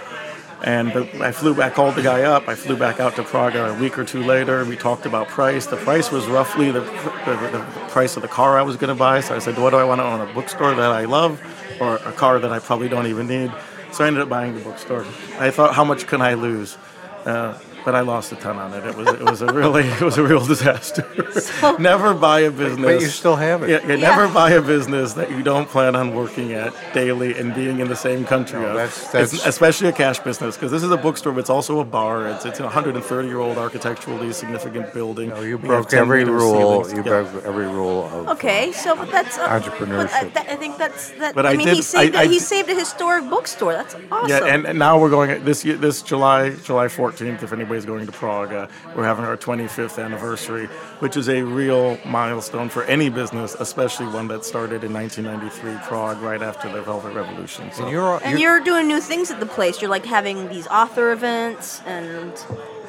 And the, I flew back, called the guy up. I flew back out to Prague a week or two later. We talked about price. The price was roughly the, the, the price of the car I was going to buy. So I said, What do I want to own? A bookstore that I love or a car that I probably don't even need? So I ended up buying the bookstore. I thought, How much can I lose? Uh, but I lost a ton on it. It was it was a really it was a real disaster. So- never buy a business. But you still have it. yeah, yeah, never buy a business that you don't plan on working at daily and being in the same country. No, of. that's- It's- that's- especially a cash business because this is a bookstore, but it's also a bar. It's it's a 130 year old architecturally significant building. No, Oh, you We have broke 10 every meter rule. ceilings. You Yeah. broke every rule of. Okay, so but that's uh, But I, Entrepreneurship. that, I think that's that. But I, I mean, he did- saved I- I he did- saved a historic bookstore. That's awesome. Yeah, and, and now we're going this year, this July, July 14th. If anybody's going to Prague, uh, we're having our 25th anniversary, which is a real milestone for any business, especially one that started in 1993, Prague, right after the Velvet Revolution. So And uh, you're, And you're doing new things at the place. You're like having these author events and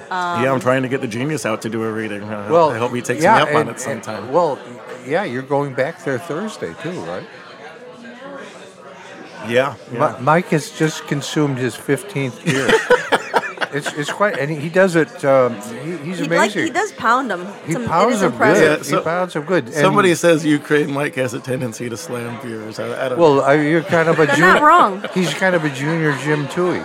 yeah, I'm trying to get the genius out to do a reading. Uh, well. I hope he takes yeah, me up on and- it and- sometime. well, yeah, you're going back there Thursday too, right? yeah, Mi- yeah. Mike has just consumed his 15th beer. it's, it's quite, and he does it. Um, he, he's he, amazing. like he does pound them. He It's am- it pounds is them impressive. good. Yeah, so- he pounds them good. And- Somebody says Ukraine Mike has a tendency to slam beers. I, I don't Well, uh, you're kind of a They're junior. not wrong. He's kind of a junior Jim Toohey.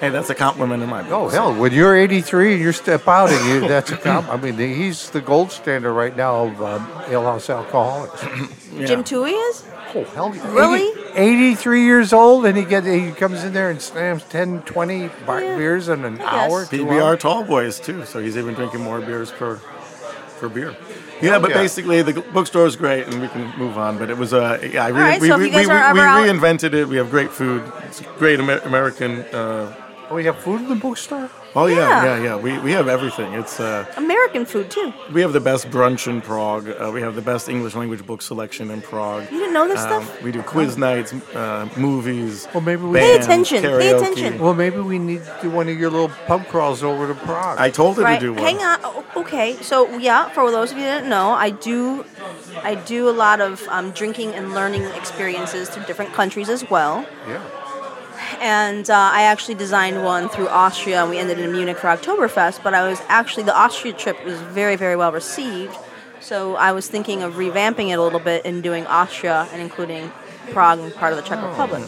hey, that's a compliment in my book. Oh so. hell, when you're 83 and you're step out and you, that's a comp. I mean, he's the gold standard right now of um, ale house alcoholics. Yeah. Jim Toohey is. Oh hell, 80 Really? 83 years old and he get he comes in there and slams 10, 20 bar- Yeah, beers in an I guess. hour. two PBR hours. tall boys too, so he's even drinking more beers per per beer. Yeah, but yeah. basically the bookstore is great, and we can move on. But it was uh, yeah, I re- right, we, so if we, you guys we, are ever we out- reinvented it. We have great food, it's great Amer- American. Uh, Oh, we have food in the bookstore. oh yeah, Yeah. yeah, yeah. We, we have everything. It's uh, American food too. we have the best brunch in Prague. Uh, we have the best English language book selection in Prague. You didn't know this Um, stuff? we do quiz nights, uh, movies. Well, maybe we- Pay bands, attention, pay karaoke. attention. Well, maybe we need to do one of your little pub crawls over to Prague. I told her Right. to do one. Hang on. O- Okay. So yeah, for those of you that don't know, I do, I do a lot of um, drinking and learning experiences through different countries as well. yeah. And uh, I actually designed one through Austria, and we ended in Munich for Oktoberfest. But I was actually the Austria trip was very, very well received. So I was thinking of revamping it a little bit and doing Austria and including Prague and part of the Czech Oh. Republic.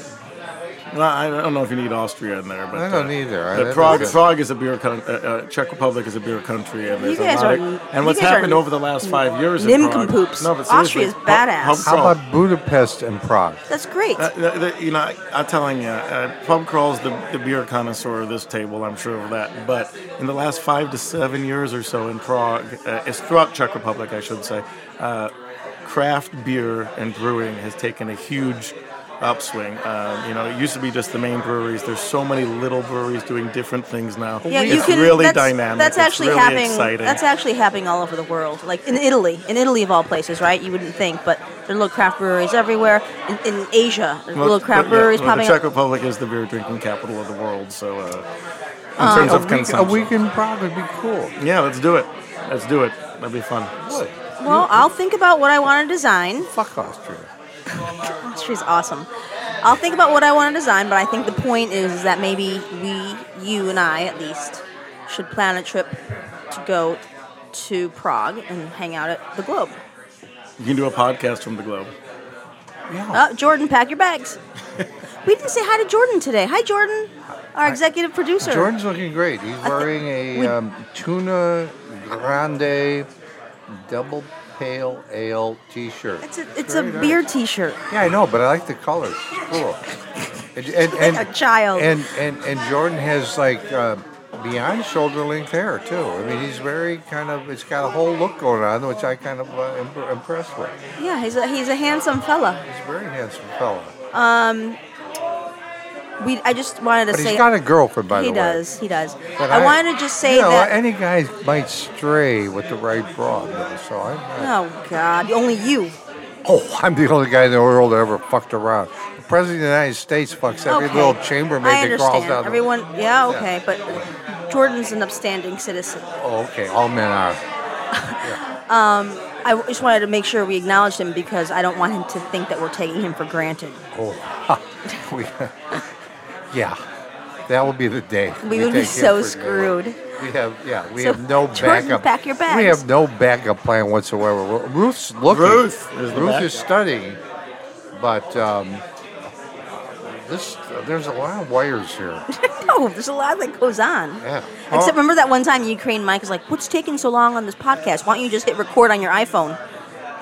Well, I don't know if you need Austria in there, but uh, I don't either. I- but that Prague, doesn't- Prague is a beer country. Uh, uh, Czech Republic is a beer country, and there's You guys a lot are- of, you And what's guys are happened over the last five years? in Prague- nimcompoops. No, but Austria is seriously, pub- badass. pub How crawl. about Budapest and Prague? That's great. Uh, the- the- you know, I, I'm telling you, uh, pub crawl's the, the beer connoisseur of this table. I'm sure of that. But in the last five to seven years or so in Prague, uh, it's throughout Czech Republic, I should say, uh, craft beer and brewing has taken a huge upswing. Um, you know, it used to be just the main breweries. There's so many little breweries doing different things now. Yeah, it's you can. really that's, dynamic. That's It's actually really happening. Exciting. That's actually happening all over the world. Like in Italy, in Italy of all places, right? You wouldn't think, but there are little craft breweries everywhere. In, in Asia, there are Well, little craft yeah, breweries well, popping The Czech up. Republic is the beer drinking capital of the world. So, uh, in terms of week, a consumption, week in Prague would be cool. Yeah, let's do it. Let's do it. That'd be fun. What? Well, I'll think about what I want to design. Fuck Austria. She's awesome. I'll think about what I want to design, but I think the point is that maybe we, you and I at least, should plan a trip to go to Prague and hang out at the Globe. You can do a podcast from the globe. Yeah. Uh, Jordan, pack your bags. we didn't say hi to Jordan today. Hi, Jordan, our executive producer. Jordan's looking great. He's wearing a um, tuna grande double pale ale T-shirt. It's a, it's a Very nice. beer T-shirt. Yeah, I know, but I like the colors. It's cool. And, and, and, Like a child. And and, and Jordan has like uh, beyond shoulder length hair too. I mean, he's very kind of. It's got a whole look going on, which I kind of uh, imp- impressed with. Yeah, he's a, he's a handsome fella. He's a very handsome fella. We I just wanted to But say he's got a girlfriend, by he the way. does he does. But I, wanted to just say you know, that. any guy might stray with the right broad, though. So I'm, oh God, only you. oh, I'm the only guy in the world that ever fucked around. The president of the United States fucks every okay. little chambermaid I that crawls understand. down. the- Everyone, yeah, okay, but Jordan's an upstanding citizen. Oh, okay, all men are. I just wanted to make sure we acknowledged him because I don't want him to think that we're taking him for granted. Oh, we, yeah, that will be the day. We would be take him so for granted. screwed. We have, yeah, we So, have no Jordan, backup. pack your bags. We have no backup plan whatsoever. Well, Ruth's looking. Ruth is the Ruth is backup. studying, but um, this there's a lot of wires here. No, there's a lot that goes on. Yeah. Except Oh. remember that one time Ukraine Mike was like, "What's taking so long on this podcast? Why don't you just hit record on your iPhone?"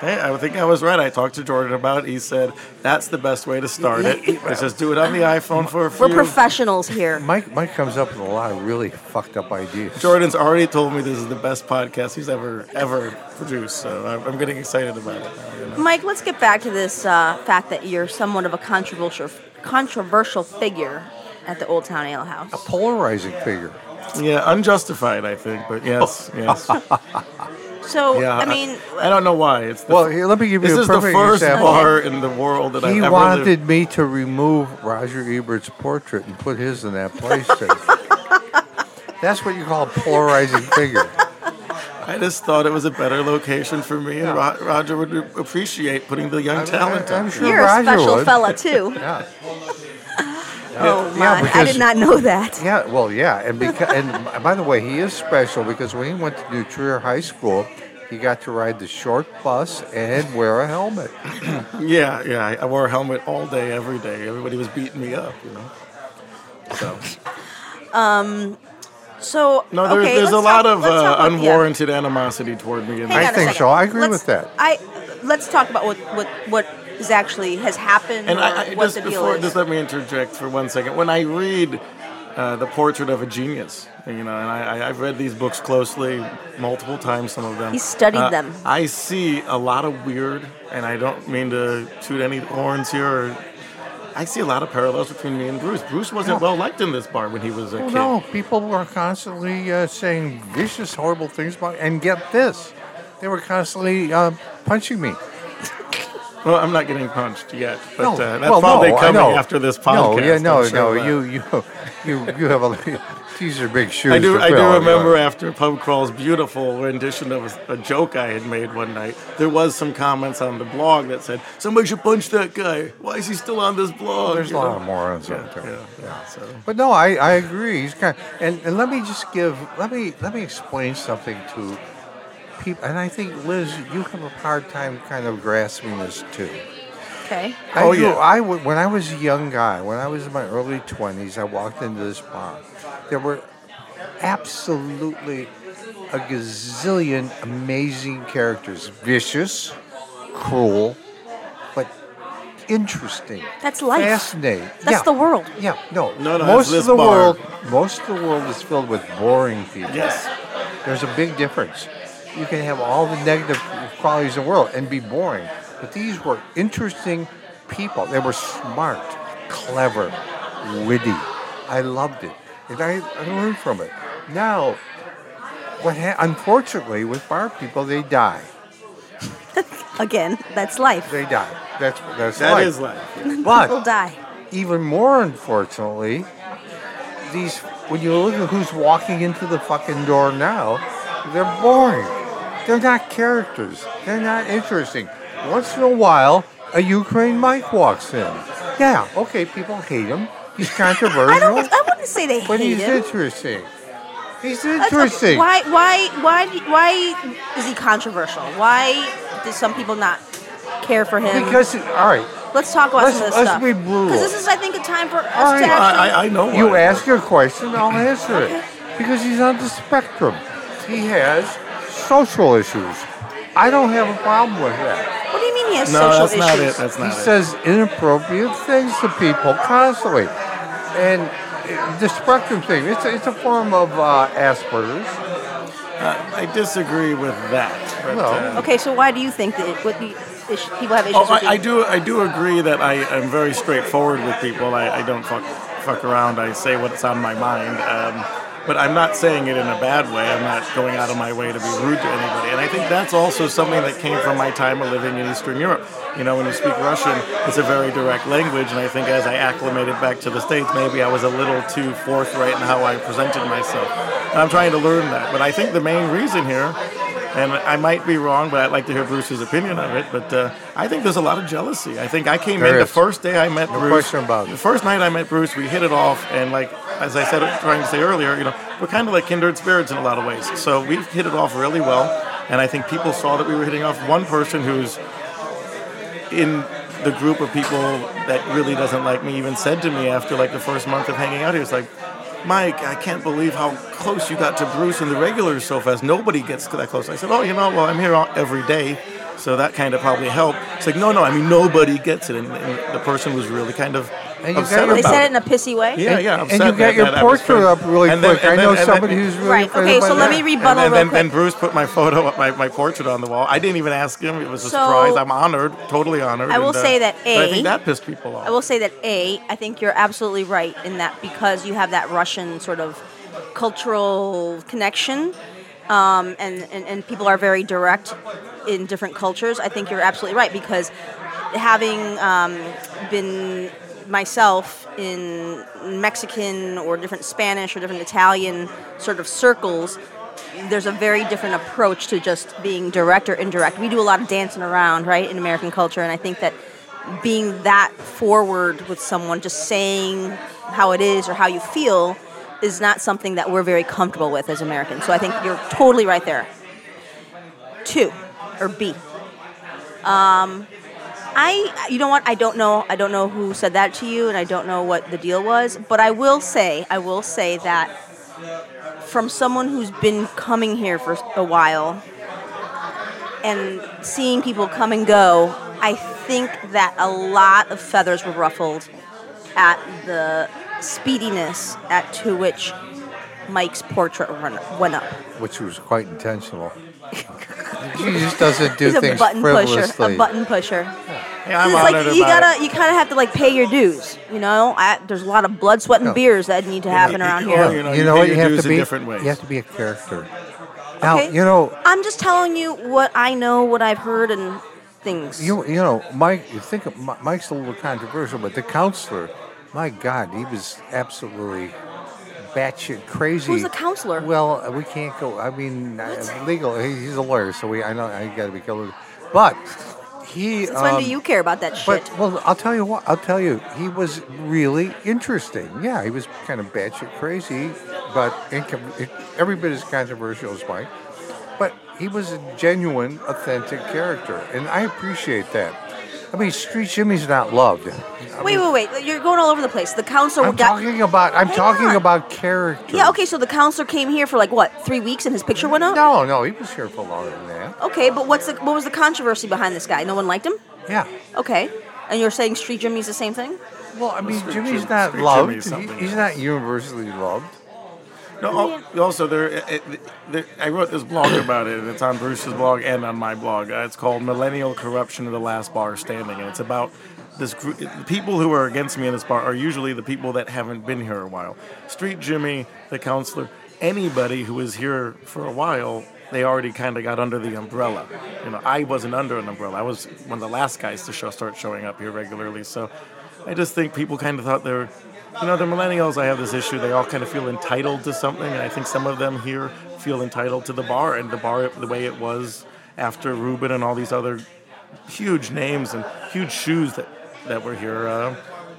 Hey, I think I was right. I talked to Jordan about. it. He said that's the best way to start it. Let's just do it on the iPhone for a few. We're professionals here. Mike Mike comes up with a lot of really fucked up ideas. Jordan's already told me this is the best podcast he's ever ever produced. So I'm, I'm getting excited about it. Now, you know. Mike, let's get back to this uh, fact that you're somewhat of a controversial controversial figure at the Old Town Ale House. Polarizing figure. Yeah, unjustified, I think. But yes, yes. So Yeah, I mean, I don't know why. It's the, Well, here, let me give you this a is the perfect first example. bar in the world that I've He ever wanted lived. me to remove Roger Ebert's portrait and put his in that place. That's what you call a polarizing figure. I just thought it was a better location for me, and Ro- Roger would appreciate putting the young I'm- talent. I'm up. sure. you're a Roger special would. fella too. Yeah. Oh Yeah, my! I because- did not know that. Yeah, well, yeah, and because, and by the way, he is special because when he went to New Trier High School, he got to ride the short bus and wear a helmet. Yeah, yeah. I- I wore a helmet all day, every day. Everybody was beating me up, you know. So So no, there, okay, there's a let's lot talk- of let's uh, talk about- yeah. unwarranted animosity toward me. And Hang I on a think second. so. I agree Let's- with that. I let's talk about what what what is actually has happened and or I, I, what just the deal before, is. just let me interject for one second. When I read uh, the Portrait of a Genius, you know, and I, I, I've read these books closely, multiple times, some of them. He studied uh, them. I see a lot of weird, and I don't mean to toot any horns here. Or, I see a lot of parallels between me and Bruce. Bruce wasn't well liked in this bar when he was a Well, kid. Oh, no, people were constantly uh, saying vicious, horrible things about, and get this, they were constantly uh, punching me. Well, I'm not getting punched yet, but No. uh, that's well, probably no, I coming know. after this podcast. No, yeah, no, I'm sure uh, no. of that. You, you, you, you have a. These are big shoes. I do. to I do fill, you know. remember after Pub Crawl's beautiful rendition of a, a joke I had made one night. There was some comments on the blog that said, "Somebody should punch that guy. Why is he still on this blog?" There's a You lot know? of morons Yeah, out there. yeah, yeah. So But no, I, I agree. He's kind and, and let me just give let me let me explain something to people. And I think Liz, you have a hard time kind of grasping this too. okay. I Oh, do, yeah. I w- when I was a young guy, when I was in my early twenties, I walked into this bar. There were absolutely a gazillion amazing characters, vicious, cruel, but interesting. That's life. Fascinating. That's Yeah. the world. Yeah, no, No, no, it's Most this of the bar. world, most of the world is filled with boring people. yes, There's a big difference. You can have all the negative qualities in the world and be boring, but these were interesting people. They were smart, clever, witty. I loved it, and I, I learned from it. Now, what ha- unfortunately with bar people, they die. Again, that's life. They die. That's that's that life. is life. yeah. People But die. even more unfortunately, these when you look at who's walking into the fucking door now, they're boring. They're not characters. They're not interesting. Once in a while, a Ukraine Mike walks in. Yeah, okay, people hate him. He's I controversial, don't. I wouldn't say they but hate he's him. interesting. He's That's- interesting. Why? Why? Why? do- Why is he controversial? Why do some people not care for him? Because all right, let's talk about let's- some of this let's stuff. be brutal. Because this is, I think, a time for us All to right. I, actually. I, I know. why. You ask your question, I'll answer it. Because he's on the spectrum. He has social issues. I don't have a problem with that. what do you mean he has No, social that's issues? not it. That's He not it. says inappropriate things to people constantly. And uh, the spectrum thing, it's a, it's a form of uh, Asperger's. Uh, I disagree with that. But, Well, uh, okay, so why do you think that it, what do you, is- people have issues Oh, with I, I you? do. I do agree that I am very straightforward with people. I, I don't fuck fuck around. I say what's on my mind. Um, but I'm not saying it in a bad way. I'm not going out of my way to be rude to anybody. And I think that's also something that came from my time of living in Eastern Europe. You know, when you speak Russian, it's a very direct language. And I think as I acclimated back to the States, maybe I was a little too forthright in how I presented myself. And I'm trying to learn that. But I think the main reason here and I might be wrong, but I'd like to hear Bruce's opinion of it. But uh, I think there's a lot of jealousy. I think I came There in the is. first day I met no Bruce. question about it. The first night I met Bruce, we hit it off, and like as I said, trying to say earlier, you know, we're kind of like kindred spirits in a lot of ways. So we've hit it off really well, and I think people saw that we were hitting off one person who's in the group of people that really doesn't like me even said to me after like the first month of hanging out here, it's like, Mike, I can't believe how close you got to Bruce and the regulars so fast. Nobody gets that close. I said, oh, you know, well, I'm here all, every day, so that kind of probably helped. It's like, no, no, I mean, nobody gets it. And, and the person was really kind of And you upset got- They about said it. it in a pissy way. Yeah, yeah. I'm And you sad got that- your that that portrait was up first. really And then- quick. I and know then- and somebody then- who's really Right. offended Okay. by So let that. me And rebuttal real then, then, quick. then Bruce put my photo, up, my, my portrait on the wall. I didn't even ask him. It was a So- surprise. I'm honored, totally honored. I will and, uh, say that, but I A, think that pissed people off. I will say that a, I think you're absolutely right in that because you have that Russian sort of cultural connection, um, and, and and people are very direct in different cultures. I think you're absolutely right because having um, been myself in Mexican or different Spanish or different Italian sort of circles, there's a very different approach to just being direct or indirect. We do a lot of dancing around, right, in American culture, and I think that being that forward with someone, just saying how it is or how you feel, is not something that we're very comfortable with as Americans. So I think you're totally right there. Two, or B. Um, I, you know what? I don't know. I don't know who said that to you, and I don't know what the deal was. But I will say, I will say that from someone who's been coming here for a while and seeing people come and go, I think that a lot of feathers were ruffled at the speediness at to which Mike's portrait run, went up. which was quite intentional. she just doesn't do He's a things button pusher. frivolously. A button pusher. Hey, I'm it's honored like you about it. gotta, you kind of have to like pay your dues. You know, I, there's a lot of blood, sweat, and No. beers that need to happen around you- here. you know, you know pay what you your have dues to in be? different ways. You have to be a character. Now Okay. you know I'm just telling you what I know, what I've heard, and things. You you know, Mike. You think of, Mi- Mike's a little controversial, but the counselor, my God, he was absolutely batshit crazy. Who's the counselor? Well, uh, we can't go. I mean, uh, legal. He, he's a lawyer, so we. I know. I got to be careful. But he. Since when um, do you care about that shit? but well, I'll tell you what. I'll tell you. He was really interesting. Yeah, he was kind of batshit crazy, but incom- it- every bit as controversial as Mike. But he was a genuine, authentic character, and I appreciate that. I mean, Street Jimmy's not loved. I Wait, mean, wait, wait! You're going all over the place. The counselor I'm got. talking about. I'm Hang talking on. about character. Yeah, okay. So the counselor came here for like what three weeks, and his picture went up. No, no, he was here for longer than that. Okay, but what's the what was the controversy behind this guy? No one liked him. Yeah. Okay, and you're saying Street Jimmy's the same thing? Well, I mean, Street Jimmy's Jim- not Street loved. Jimmy's He- something he's else. not universally loved. No, al- also there, it, it- there. I wrote this blog about it, and it's on Bruce's blog and on my blog. Uh, it's called "Millennial Corruption of the Last Bar Standing," and it's about this group. The people who are against me in this bar are usually the people that haven't been here a while. Street Jimmy, the counselor, anybody who is here for a while, they already kind of got under the umbrella. You know, I wasn't under an umbrella. I was one of the last guys to show, start showing up here regularly. So, I just think people kind of thought they're you know, the millennials, I have this issue. They all kind of feel entitled to something, and I think some of them here feel entitled to the bar and the bar the way it was after Rubin and all these other huge names and huge shoes that, that were here uh,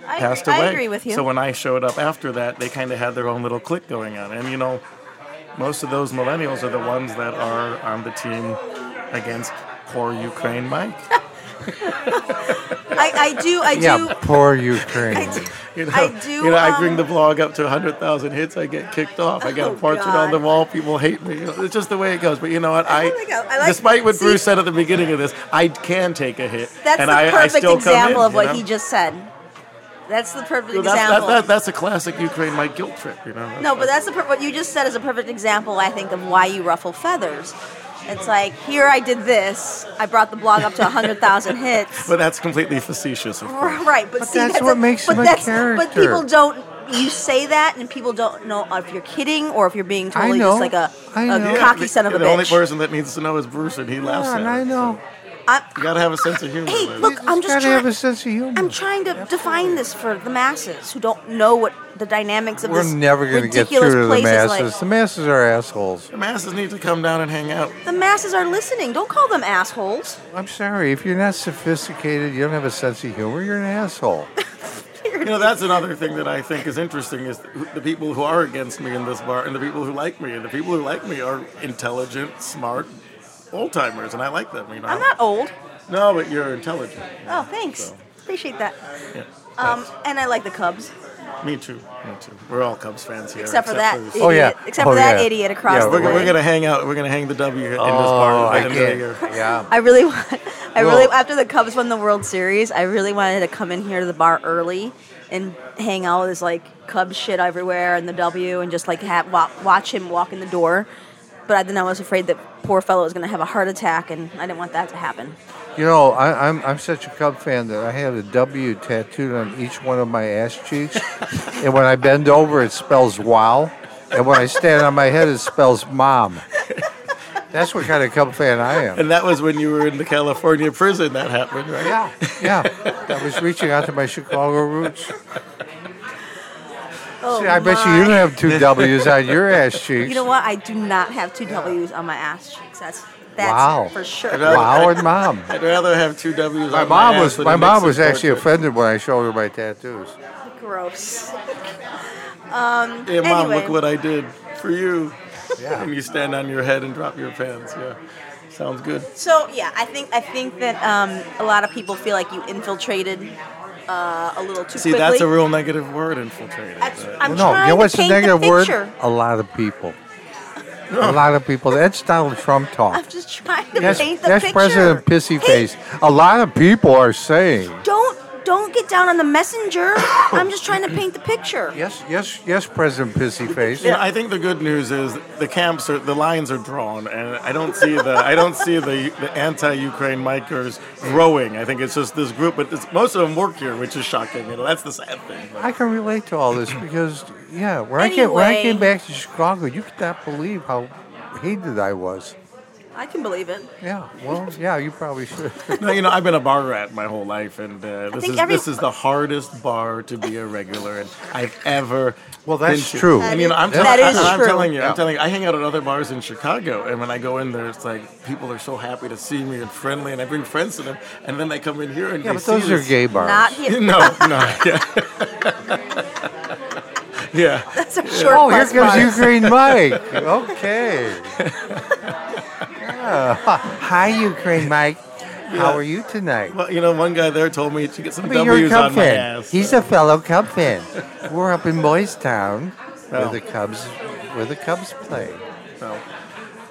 I passed agree, away. I agree with you. So when I showed up after that, they kind of had their own little clique going on. And, you know, most of those millennials are the ones that are on the team against poor Ukraine Mike. I, I do, I do. Yeah, poor Ukraine. I do You know, I do, You know, I bring um, the blog up to 100,000 hits, I get kicked off. I got Oh, a portrait on the God. wall, people hate me. You know, It's just the way it goes. But you know what? I, Oh my God, I like- despite what see- Bruce said at the beginning of this, I can take a hit. That's and the I, I perfect still example come in, of what you know? he just said. That's the perfect Well, that's, example. that, that, that's a classic Ukraine Mike guilt trip, you know. No, but that's the per- what you just said is a perfect example, I think, of why you ruffle feathers. It's like here I did this. I brought the blog up to hundred thousand hits. But that's completely facetious, of course. Right, but, But see, that's that's what a- makes but him a that's- But character. people don't. You say that, and people don't know uh, if you're kidding or if you're being totally know. just like a, I a know. cocky the, son of a the only bitch. person that needs to know is Bruce, and he laughs Yeah, at Ah, and it. I know. I'm, You gotta have a sense of humor. Hey, man. look, I'm You just gotta trying. have a sense of humor. I'm trying to define this for the masses who don't know what the dynamics of We're this never going to get through ridiculous to the place is like. masses. The masses are assholes. The masses need to come down and hang out. The masses are listening. Don't call them assholes. I'm sorry. If you're not sophisticated, you don't have a sense of humor, you're an asshole. You know, that's another thing that I think is interesting is who- the people who are against me in this bar and the people who like me. And the people who like me are intelligent, smart old timers, and I like them. You know, I'm not old. No, but you're intelligent. Oh, thanks. So. Appreciate that. Yeah, Um, and I like the Cubs, that's- me too. Me too. We're all Cubs fans here. except for that this- idiot. Oh, yeah. Except Oh, for that yeah. idiot across Yeah, the We're, gonna- way. we're gonna hang out. We're gonna hang the W in this Oh, bar. I at the end of the year. can't. Yeah. I really, want, I really Well- after the Cubs won the World Series, I really wanted to come in here to the bar early and hang out with this like Cubs shit everywhere and the W and just like have, wa- watch him walk in the door. But I, then I was afraid that poor fellow was going to have a heart attack, and I didn't want that to happen. You know, I, I'm I'm such a Cub fan that I had a W tattooed on each one of my ass cheeks, and when I bend over, it spells "wow," and when I stand on my head, it spells "mom." That's what kind of Cub fan I am. And that was when you were in the California prison. That happened, right? Yeah, yeah. I was reaching out to my Chicago roots. Oh, See, I bet you you don't have two W's on your ass cheeks. You know what? I do not have two W's on my ass cheeks. That's that's Wow. for sure. I- Wow, and mom. I'd rather have two W's. My on mom ass was than my a mom Mexican was actually portrait. offended when I showed her my tattoos. Gross. Hey, mom, Anyway. look what I did for you. Yeah. And you stand on your head and drop your pants. Yeah, sounds good. So yeah, I think I think that um, a lot of people feel like you infiltrated uh, a little too See, quickly. that's a real negative word, infiltrated. That's- but- I'm No, you trying know to what's the paint the negative word? picture. A lot of people. A lot of people. That's Donald Trump I'm talk. just trying to That's, paint the that's picture. President Pissy Face. A lot of people are saying. Don't don't get down on the messenger. I'm just trying to paint the picture. Yes, yes, yes, President Pissy Face. yeah, I think the good news is the camps are the lines are drawn, and I don't see the I don't see the, the anti-Ukraine micers growing. I think it's just this group, but it's, most of them work here, which is shocking. You know, that's the sad thing. but- I can relate to all this because, yeah, when I came when I Anyway. came back to Chicago, you could not believe how hated I was. I can believe it. Yeah, well, yeah, you probably should. No, you know, I've been a bar rat my whole life, and uh, this think is every- this is the hardest bar to be a regular in I've ever. Well, that's been to. true. And you know, I'm, That tell- is- that is and I'm true. telling you, Yeah. I'm telling you, I hang out at other bars in Chicago, and when I go in there, it's like people are so happy to see me and friendly, and I bring friends to them, and then they come in here and Yeah, they but those see are this- gay bars. Not here. No, no, yeah, yeah. That's a short oh, here bus comes bar. Ukraine Mike. Okay. Yeah. Hi, Ukraine Mike. How are you tonight? Well, you know, one guy there told me to get some I mean, you're a W's Cub on my fan. ass. He's a fellow Cub fan. We're up in Boys Town where Oh. the Cubs where the Cubs play. so.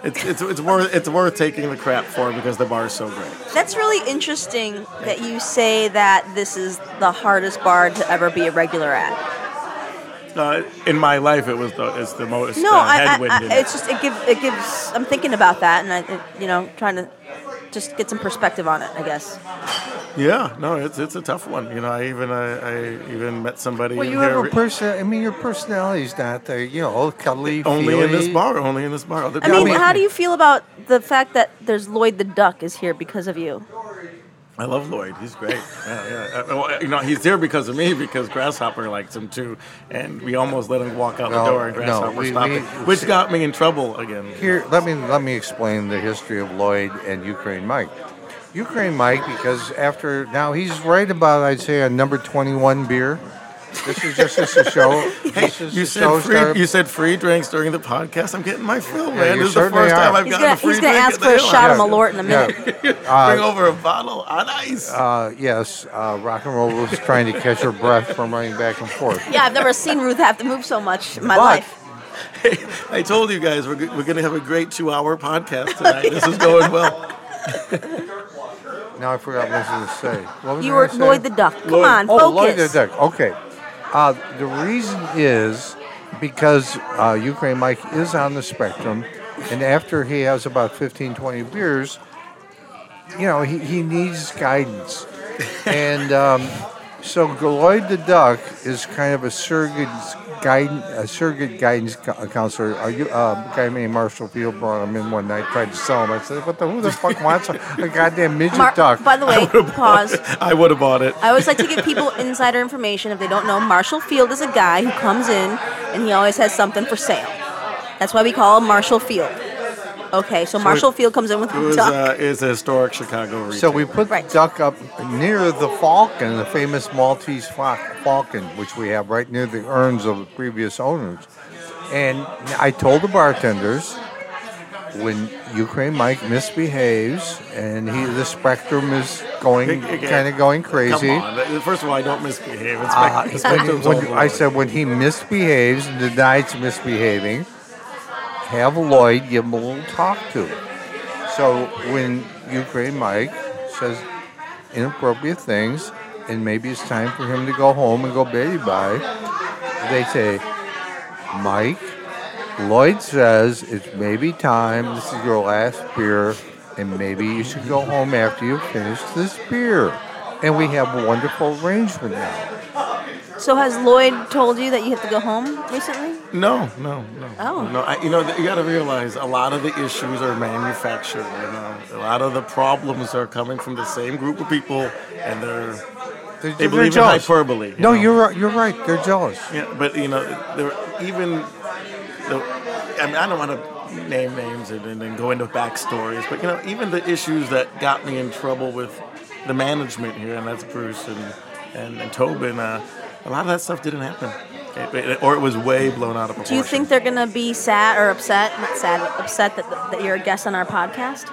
It's, it's, it's worth it's worth taking the crap for because the bar is so great. That's really interesting that you say that this is the hardest bar to ever be a regular at. Uh, in my life, it was the it's the most No, uh, I, I, headwind. in I, it. it's just it gives it gives. I'm thinking about that, and I, it, you know, trying to just get some perspective on it. I guess. yeah, no, it's it's a tough one. You know, I even I, I even met somebody. Well, in you have a here- person. I mean, your personality's not the you know cuddly. only in this feely. bar, only in this bar. Other I people- mean, how do you feel about the fact that there's Lloyd the Duck is here because of you? I love Lloyd. He's great. Yeah, yeah. Uh, well, you know, he's there because of me because Grasshopper likes him too, and we almost let him walk out No, the door and no, Grasshopper we- stopped we- it, which got me in trouble again. Here, let me let me explain the history of Lloyd and Ukraine Mike. Ukraine Mike, because after now he's right about I'd say a number twenty-one beer. This is just this is a show. This is You a said show free. started- You said free drinks during the podcast. I'm getting my fill, you man. This is the certainly first time are. I've He's gotten gonna, a free he's gonna drink ask at for a the shot of Yeah. Malort in a minute. Yeah. Bring over a bottle Ah, on ice. Uh, yes, uh, rock and roll was trying to catch her breath from running back and forth. Yeah, I've never seen Ruth have to move so much in my But- life. I told you guys we're, g- we're going to have a great two-hour podcast tonight. This is going well. Now I forgot what I was going to say. What was You I were gonna say? Lloyd the Duck. Come Lloyd- on, oh, focus. Lloyd the Duck. Okay. Uh, the reason is because uh, Ukraine Mike is on the spectrum, and after he has about 15, 20 beers, you know, he, he needs guidance. and um, so Lloyd the Duck is kind of a surrogate guidance, a surrogate guidance co- counselor. Are you, uh, a guy named Marshall Field brought him in one night, tried to sell him. I said, what the, who the fuck wants a, a goddamn midget Mar- duck? by the way, pause. I would have bought it. I always like to give people insider information if they don't know. Marshall Field is a guy who comes in and he always has something for sale. That's why we call him Marshall Field. Okay, so, Marshall Field comes in with It a was duck. uh, is a historic Chicago So retail. we put Right. the duck up near the falcon, the famous Maltese fal- falcon, which we have right near the urns of the previous owners. And I told the bartenders, when Ukraine Mike misbehaves and he the spectrum is going Okay, okay. kind of going crazy. Come on. Uh, First of all, I don't misbehave. It's Uh, back- it's back to when- when- Zola. I said when he misbehaves and denies misbehaving, have Lloyd give him a little talk to. So when Ukraine Mike says inappropriate things and maybe it's time for him to go home and go baby bye, they say, Mike, Lloyd says it's maybe time. This is your last beer, and maybe you should go home after you finish this beer. And we have a wonderful arrangement now. So has Lloyd told you that you have to go home recently? No, no, no. Oh. No, I, you know, you got to realize a lot of the issues are manufactured. You know, a lot of the problems are coming from the same group of people, and they're They're, they believe in jealous. hyperbole. you No, know? you're right. You're right. They're jealous. Yeah, but you know, they're even. The, I mean, I don't want to name names and, and, and go into backstories, but you know, even the issues that got me in trouble with the management here, and that's Bruce and and, and Tobin. Uh, a lot of that stuff didn't happen, It- it- or it was way blown out of proportion. Do you think they're going to be sad or upset? Not sad, upset that, that you're a guest on our podcast?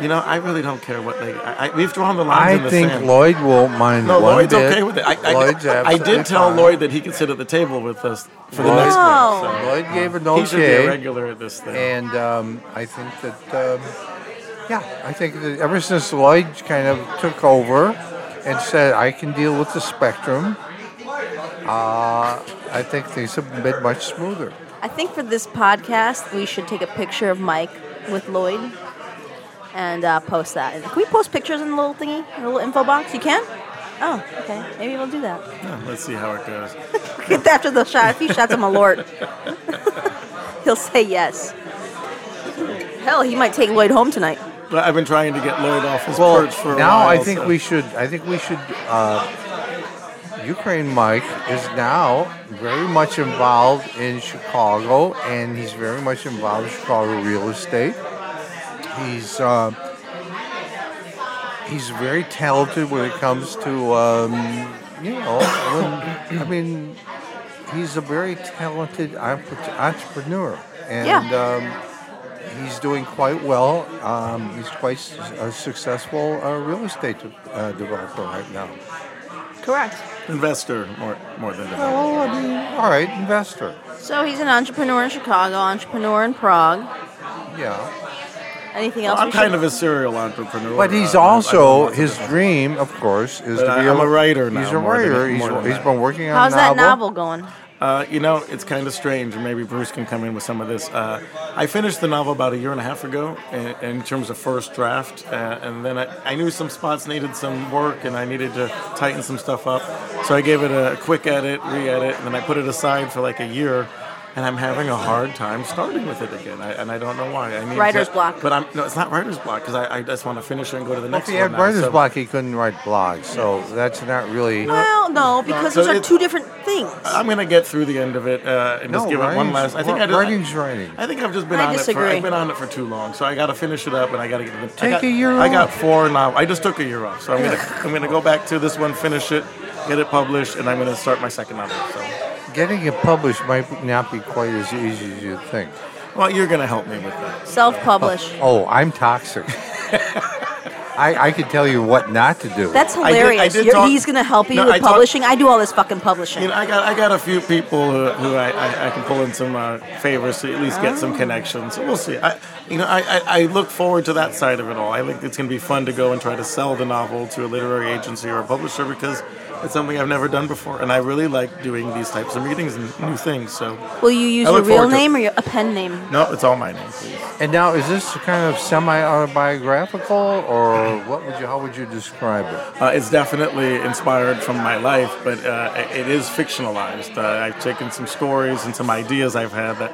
You know, I really don't care what they. I, I, we've drawn the lines in I the think sand. Lloyd won't mind no, one Lloyd's bit. okay with it. I, I, Lloyd's I, absolutely did tell fine. Lloyd that he could sit at the table with us for the Lloyd- next Wow. one. So Lloyd gave an he should be a okay, regular at this thing. and um, I think that um, yeah, I think that ever since Lloyd kind of took over and said I can deal with the spectrum, uh, I think things have been much smoother. I think for this podcast, we should take a picture of Mike with Lloyd and uh, post that. Can we post pictures in the little thingy, in the little info box? You can? Oh, okay. Maybe we'll do that. Yeah, let's see how it goes. After the shot, a few shots of Malort, he'll say yes. Hell, he might take Lloyd home tonight. But I've been trying to get Lloyd off his Well, perch for a now while. I think so- we should. I think we should. Uh, Ukraine Mike is now very much involved in Chicago, and he's very much involved in Chicago real estate. He's uh, he's very talented when it comes to um, you know. when- I mean, he's a very talented entre- entrepreneur, and. Um, he's doing quite well. Um, he's quite s- a successful uh, real estate de- uh, developer right now. Correct. investor more more than developer. Oh. Well, I mean, all right, investor. So he's an entrepreneur in Chicago, entrepreneur in Prague. Yeah, Anything Well, else? I'm we kind should- of a serial entrepreneur. but he's Uh, I- I don't also know. his dream, of course, is But to be I- I'm a writer now, He's a more than- writer. more He's, than he's that. been working on How's a that novel. novel going? Uh, you know, it's kind of strange, and maybe Bruce can come in with some of this. Uh, I finished the novel about a year and a half ago in, in terms of first draft, uh, and then I, I knew some spots needed some work, and I needed to tighten some stuff up. So I gave it a quick edit, re-edit, and then I put it aside for like a year. And I'm having a hard time starting with it again, I, and I don't know why. I need Writer's to- block. But I'm no, it's not writer's block because I, I just want to finish it and go to the If next he one. had now, writer's so- block, he couldn't write blogs, so that's not really. Well, no, because So those are it- Uh, two different things. I'm gonna get through the end of it uh, and just No, give it one writing's- last. I think wri- I did- writing's writing. I think I've just been I on it. For, disagree. I've been on it for too long, so I got to finish it up and I got to get. The, Take I got, a year I got off. four novels. I just took a year off, so I'm gonna I'm gonna go back to this one, finish it, get it published, and I'm gonna start my second novel. So, Getting it published might not be quite as easy as you think. well, you're gonna help me with that. Self-publish. Oh, I'm toxic. I, I could tell you what not to do. That's did- I hilarious. did You're- talk- he's going to help you No, with I talked- publishing. I do all this fucking publishing. You know, I got I got a few people who, who I, I, I can pull in some uh, favors to at least get some connections. So we'll see. I you know I, I, I look forward to that side of it all. I think it's going to be fun to go and try to sell the novel to a literary agency or a publisher because it's something I've never done before, and I really like doing these types of meetings and new things. So Will you use I your look real forward to it. name or your, a pen name? no, it's all my name. please. And now, is this kind of semi-autobiographical, or what would you? How would you describe it? Uh, it's definitely inspired from my life, but uh, it- it is fictionalized. Uh, I've taken some stories and some ideas I've had that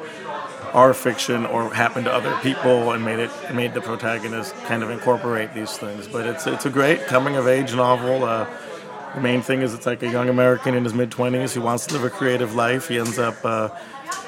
are fiction or happened to other people, and made it made the protagonist kind of incorporate these things. But it's it's a great coming of age novel. Uh, the main thing is it's like a young American in his mid twenties who wants to live a creative life. He ends up. Uh,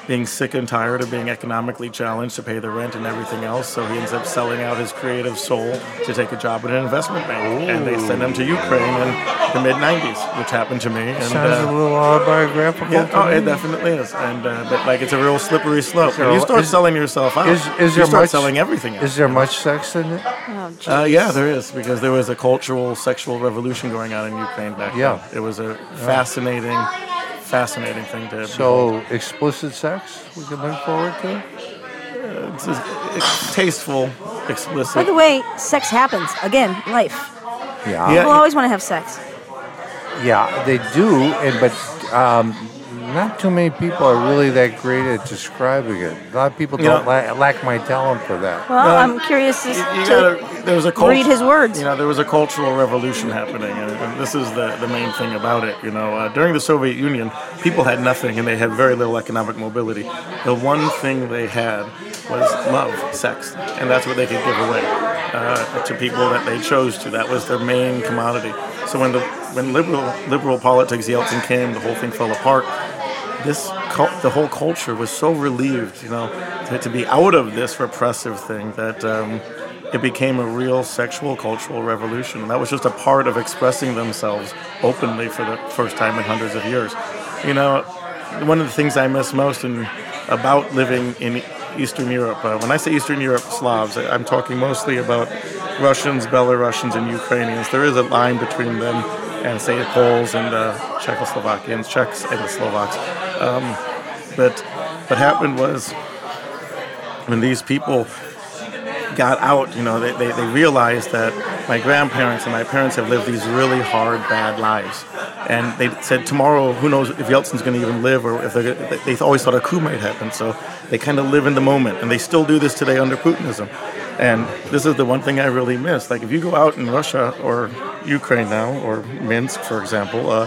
being sick and tired of being economically challenged to pay the rent and everything else. So he ends up selling out his creative soul to take a job at an investment bank, and they send him to Ukraine in the mid '90s, which happened to me. And, Sounds uh, a little autobiographical. yeah, to oh, it me. definitely is, and uh, but like it's a real slippery slope. So when you start is- selling yourself out, is- is oh, you there start much- selling everything. Out. Is there much sex in it? Oh, geez. Uh, yeah, there is because there was a cultural sexual revolution going on in Ukraine back Yeah. then. It was a fascinating, fascinating thing to. So explicit sex we can look forward to. behold. it's, it's tasteful, explicit. By the way, sex happens. Again, life. Yeah. Yeah. People always want to have sex. Yeah, they do, and but um, not too many people are really that great at describing it. A lot of people don't la- lack my talent for that. Well, No. I'm curious as you, you to gotta, there was a cult, read his words. You know, there was a cultural revolution happening, and, and this is the, the main thing about it. You know, uh, during the Soviet Union, people had nothing, and they had very little economic mobility. The one thing they had was love, sex, and that's what they could give away uh, to people that they chose to. That was their main commodity. So when the when liberal liberal politics Yeltsin came, the whole thing fell apart this cult, the whole culture was so relieved, you know, to, to be out of this repressive thing that um, it became a real sexual cultural revolution. And that was just a part of expressing themselves openly for the first time in hundreds of years. You know, one of the things I miss most in, about living in Eastern Europe, uh, when I say Eastern Europe Slavs, I- I'm talking mostly about Russians, Belarusians, and Ukrainians. There is a line between them and, say, Poles and uh, Czechoslovakians, Czechs and Slovaks. But what happened was when these people got out, you know, they, they, they realized that my grandparents and my parents have lived these really hard, bad lives. And they said, tomorrow, who knows if Yeltsin's going to even live or if they're, gonna- they they always thought a coup might happen. So they kind of live in the moment. And they still do this today under Putinism. And this is the one thing I really miss. Like, if you go out in Russia or Ukraine now, or Minsk, for example, uh,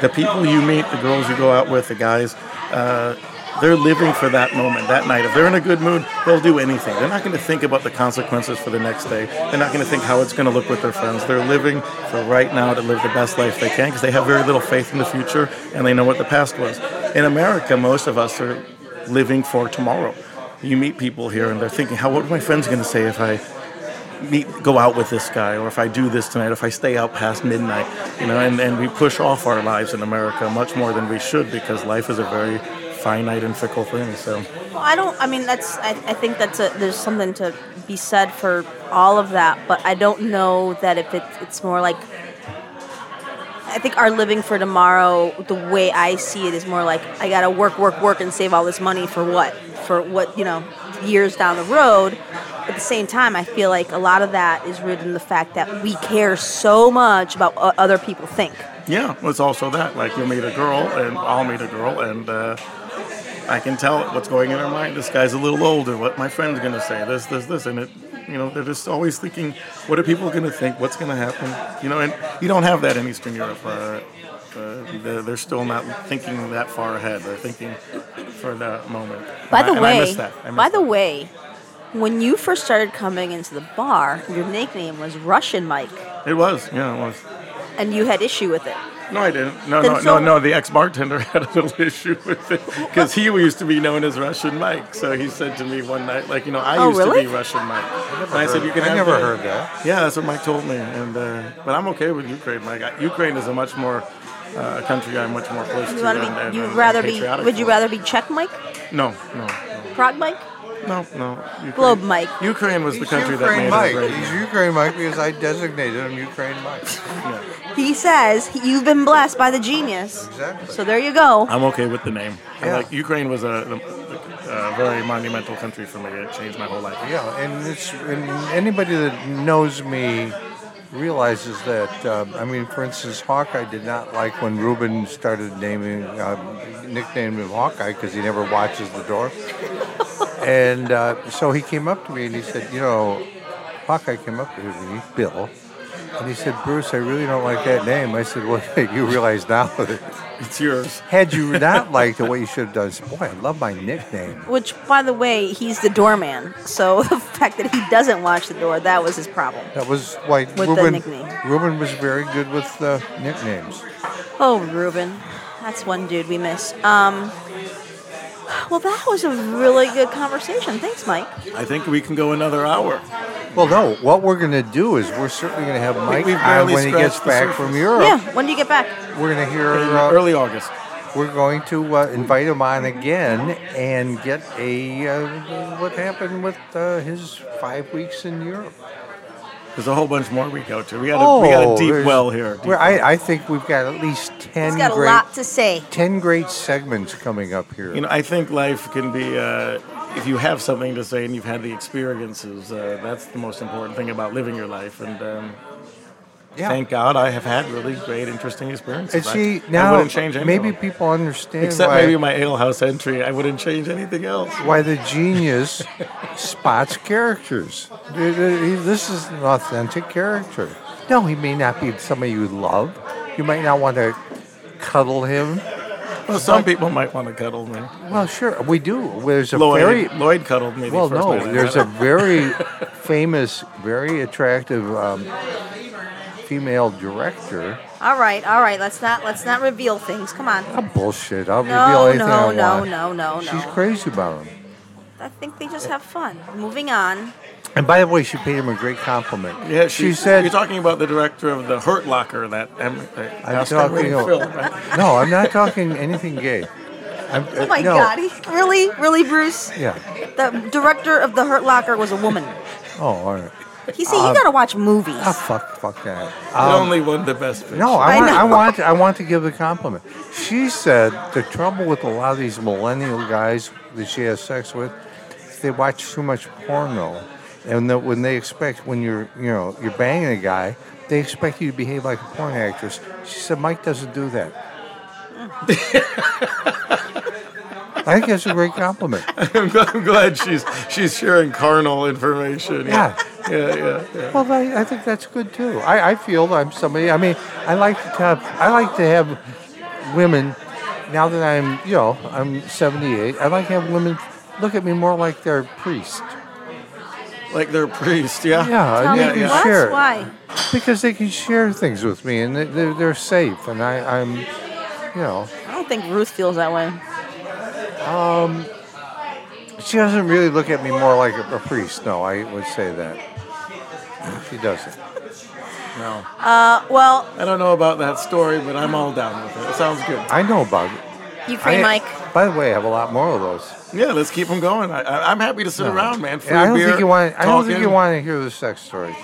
the people you meet, the girls you go out with, the guys, uh, they're living for that moment, that night. If they're in a good mood, they'll do anything. They're not going to think about the consequences for the next day. They're not going to think how it's going to look with their friends. They're living for right now to live the best life they can because they have very little faith in the future and they know what the past was. In America, most of us are living for tomorrow. You meet people here and they're thinking, how what are my friends going to say if I meet, go out with this guy, or if I do this tonight, if I stay out past midnight, you know, and, and we push off our lives in America much more than we should because life is a very finite and fickle thing. So, Well, I don't. I mean, that's. I, I think that's a. There's something to be said for all of that, but I don't know that if it, it's more like. I think our living for tomorrow, the way I see it, is more like I gotta work, work, work, and save all this money for what? For what? You know, years down the road. At the same time, I feel like a lot of that is rooted in the fact that we care so much about what other people think. yeah, it's also that. Like, you'll meet a girl, and I'll meet a girl, and uh, I can tell what's going in her mind. This guy's a little older. What my friend's going to say? This, this, this, and it. You know, they're just always thinking, what are people going to think? What's going to happen? You know, and you don't have that in Eastern Europe. Uh, uh, they're, they're still not thinking that far ahead. They're thinking for the moment. By And I- the and way, I miss that. I miss by the that. way, when you first started coming into the bar, your nickname was Russian Mike, it was. Yeah, it was. and you had issue with it. No, I didn't. No, Then no, no, so- no. The ex bartender had a little issue with it because he used to be known as Russian Mike. So he said to me one night, like, you know, I Oh, used really? to be Russian Mike. and I said, you can I have never the- heard that. Yeah, that's what Mike told me. And uh, but I'm okay with Ukraine. Mike, I- Ukraine is a much more uh, country I'm much more close You to. want and- to and- be? You'd and rather be? patriotic Would you for. rather be Czech Mike, No, no, no, Prague Mike? no, no. Ukraine- Globe Mike. Ukraine was the country that made Mike. us great. He's Ukraine Mike because I designated him Ukraine Mike. Yeah. He says he- you've been blessed by the genius. Exactly. So there you go. I'm okay with the name. I Yeah. Like Ukraine was a, a, a very monumental country for me. It changed my whole life. Yeah, and it's and anybody that knows me realizes that. Um, I mean, for instance, Hawkeye did not like when Ruben started naming uh, nicknamed him Hawkeye because he never watches the door. and uh, so he came up to me and he said, you know, Hawkeye came up to me, Bill, and he said, Bruce, I really don't like that name. I said, well, you realize now that It's yours. had you not liked it, what you should have done is, boy, I love my nickname. Which, by the way, he's the doorman. So the fact that he doesn't watch the door, that was his problem. That was why the Ruben, nickname. Ruben was very good with uh, nicknames. Oh, Ruben. That's one dude we miss. Um, Well, that was a really good conversation. Thanks, Mike. I think we can go another hour. Well, no. What we're going to do is we're certainly going to have Mike we've on barely when he gets scratched the back surface. from Europe. Yeah. When do you get back? We're going to hear. In uh, early August. We're going to uh, invite him on again and get a uh, what happened with uh, his five weeks in Europe. There's a whole bunch more we go to. We got a, we got a Oh, deep there's- well here. Deep we're- I, I think we've got at least ten He's got a great lot to say. ten great segments coming up here. You know, I think life can be uh, if you have something to say and you've had the experiences. Uh, that's the most important thing about living your life. And um, yeah. thank God I have had really great, interesting experiences. and I- see I, now, wouldn't change anything. maybe people understand except why, maybe my alehouse entry. I wouldn't change anything else. why the genius spots characters. This is an authentic character. No, he may not be somebody you love. You might not want to cuddle him. Well, some people might want to cuddle me. Well, sure, we do. There's a Lloyd, very Lloyd cuddled me. the well, first no. night I There's a met him. very famous, very attractive um, female director. All right. All right. Let's not let's not reveal things. Come on. I'm bullshit. I'll reveal No, anything I no, want. no, no, no, She's no. crazy about him. I think they just have fun. Moving on. And by the way, she paid him a great compliment. Yeah, she, she said, You're talking about the director of the Hurt Locker, that. Um, that "I'm house that talking." we filmed, right? no, I'm not talking anything gay. I'm, uh, Oh my no. God. He, really, really, Bruce. Yeah. The director of the Hurt Locker was a woman. Oh, all right. He said, Uh, "You gotta watch movies." Ah, fuck, fuck that. It Um, only won the best picture. No, I I want, I, know. want I want to give the compliment. She said the trouble with a lot of these millennial guys that she has sex with, they watch too much porno, and that when they expect when you're you know you're banging a guy, they expect you to behave like a porn actress. She said Mike doesn't do that. I think that's a great compliment. I'm glad, I'm glad she's she's sharing carnal information. yeah, yeah. yeah, yeah. Well, I, I think that's good too. I, I feel I'm somebody. I mean, I like to have. I like to have women. Now that I'm, you know, I'm 78. I like to have women look at me more like they're priest. Like they're priests. Yeah. Yeah, Tell and me they can what? share Why? because they can share things with me, and they- they're, they're safe. And I, I'm, you know, I don't think Ruth feels that way. she doesn't really look at me more like a, a priest. No, I would say that she doesn't. No. Uh, well, I don't know about that story, but I'm all down with it. It sounds good. I know about it. Ukraine, I- Mike. By the way, I have a lot more of those. Yeah, let's keep them going. I, I, I'm happy to sit around, man. Free Yeah, I don't beer, think you want. I don't think talking. you want to hear the sex story.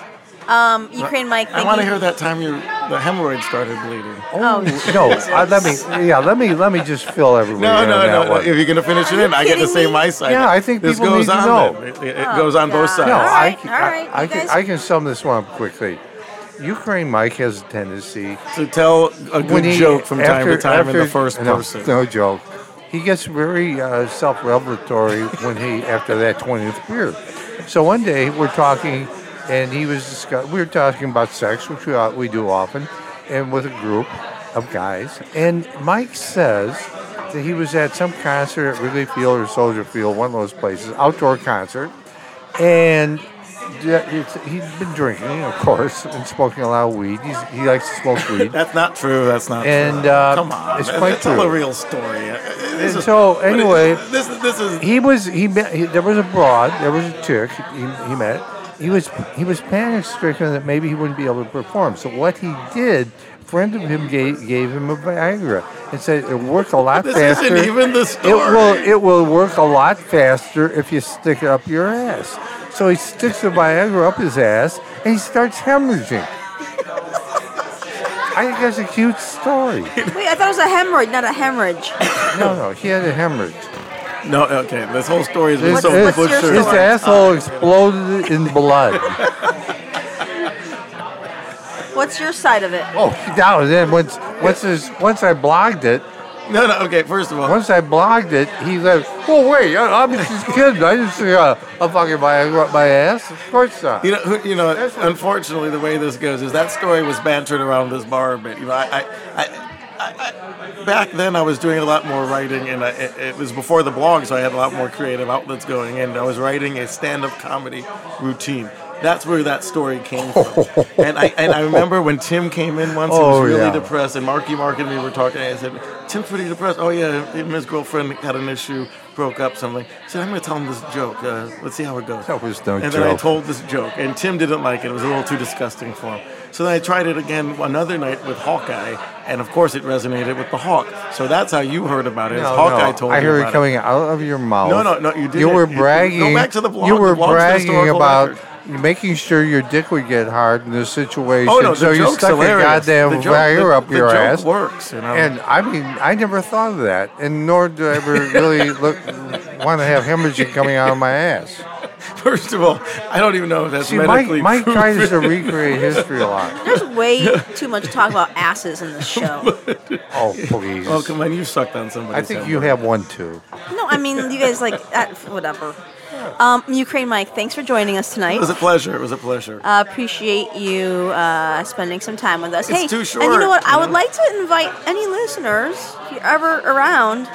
Um, Ukraine, Mike. I Thank want to you. hear that time your the hemorrhoid started bleeding. Oh, no! I, let me. Yeah, let me. Let me just fill everybody No, in no, on that no, no. one. If you're gonna finish it you in, I get to kidding say me? my side. Yeah, I think this people goes need to on. know. then. It, it- it goes on both God. sides. no, All I, right, can, all right, I, I you can. guys- I can sum this one up quickly. Ukraine Mike has a tendency To tell a when good he- joke from time after- to time in after- the first no, person. No joke. He gets very uh, self-revelatory when he after that twentieth beer. So one day we're talking, and he was discuss- we were talking about sex, which we, uh, we do often, and with a group of guys. And Mike says that he was at some concert at Wrigley Field or Soldier Field, one of those places, outdoor concert, and yeah, it's, he'd been drinking, of course, and smoking a lot of weed. He's, he likes to smoke weed. That's not true. That's not And, true. uh, Come on, it's man, quite tell true. a real story. Uh, This And so, but it- anyway- this this is he was he met he, there was a broad there was a chick he, he met he was he was panic stricken that maybe he wouldn't be able to perform so what he did a friend of him gave, gave him a viagra and said it worked a lot This isn't faster even the it will story. it will work a lot faster if you stick it up your ass so he sticks the viagra up his ass and he starts hemorrhaging I think that's a cute story. Wait, I thought it was a hemorrhoid, not a hemorrhage. No, no, he had a hemorrhage. no okay. This whole story has been His, so his- what's your butchered. his story? asshole Uh, exploded in blood. What's your side of it? Oh, now then, once once his, once I blogged it, No, no. Okay, first of all, once I blogged it, he said, "Oh wait, I, I'm just kidding. I just uh, a fucking my my ass. Of course not." You know, who- you know. Unfortunately, the way this goes is that story was bantered around this bar a bit. You know, I, I, I, I, I back then I was doing a lot more writing, and I, it, it was before the blog, so I had a lot more creative outlets going. And I was writing a stand-up comedy routine, That's where that story came from. and, I, and I remember when Tim came in once, Oh, he was really yeah. depressed, and Marky Mark and me were talking, and I said, Tim's pretty depressed. Oh, yeah, him and his girlfriend had an issue, broke up, something. I said, I'm going to tell him this joke. Uh, let's see how it goes. That was no And then I joke. told this joke, and Tim didn't like it. It was a little too disgusting for him. So then I tried it again another night with Hawkeye, and of course it resonated with the Hawk. So that's how you heard about it. is No, Hawkeye no. told I you heard about it coming out of your mouth. No, no, no, you You didn't. were You- bragging. go back to the blog. You The were blog's the bragging historical about record. making sure your dick would get hard in this situation. Oh no, the so you joke's stuck hilarious. a goddamn the joke, wire the, up the your joke ass. works, you know. And I mean, I never thought of that, and nor do I ever really look want to have hemorrhaging coming out of my ass. First of all, I don't even know if that's See, Mike, medically Mike true. tries to recreate history a lot. There's way too much talk about asses in this show. Oh, please. Oh come on, you sucked on somebody. I think you have one too. No, I mean, you guys like, uh, whatever. Um, Ukraine Mike, thanks for joining us It tonight. was a pleasure. It was a pleasure. Uh, appreciate you uh, spending some time with us. It's hey, too and you short, know what? I you would know? like to invite any listeners, if you're ever around,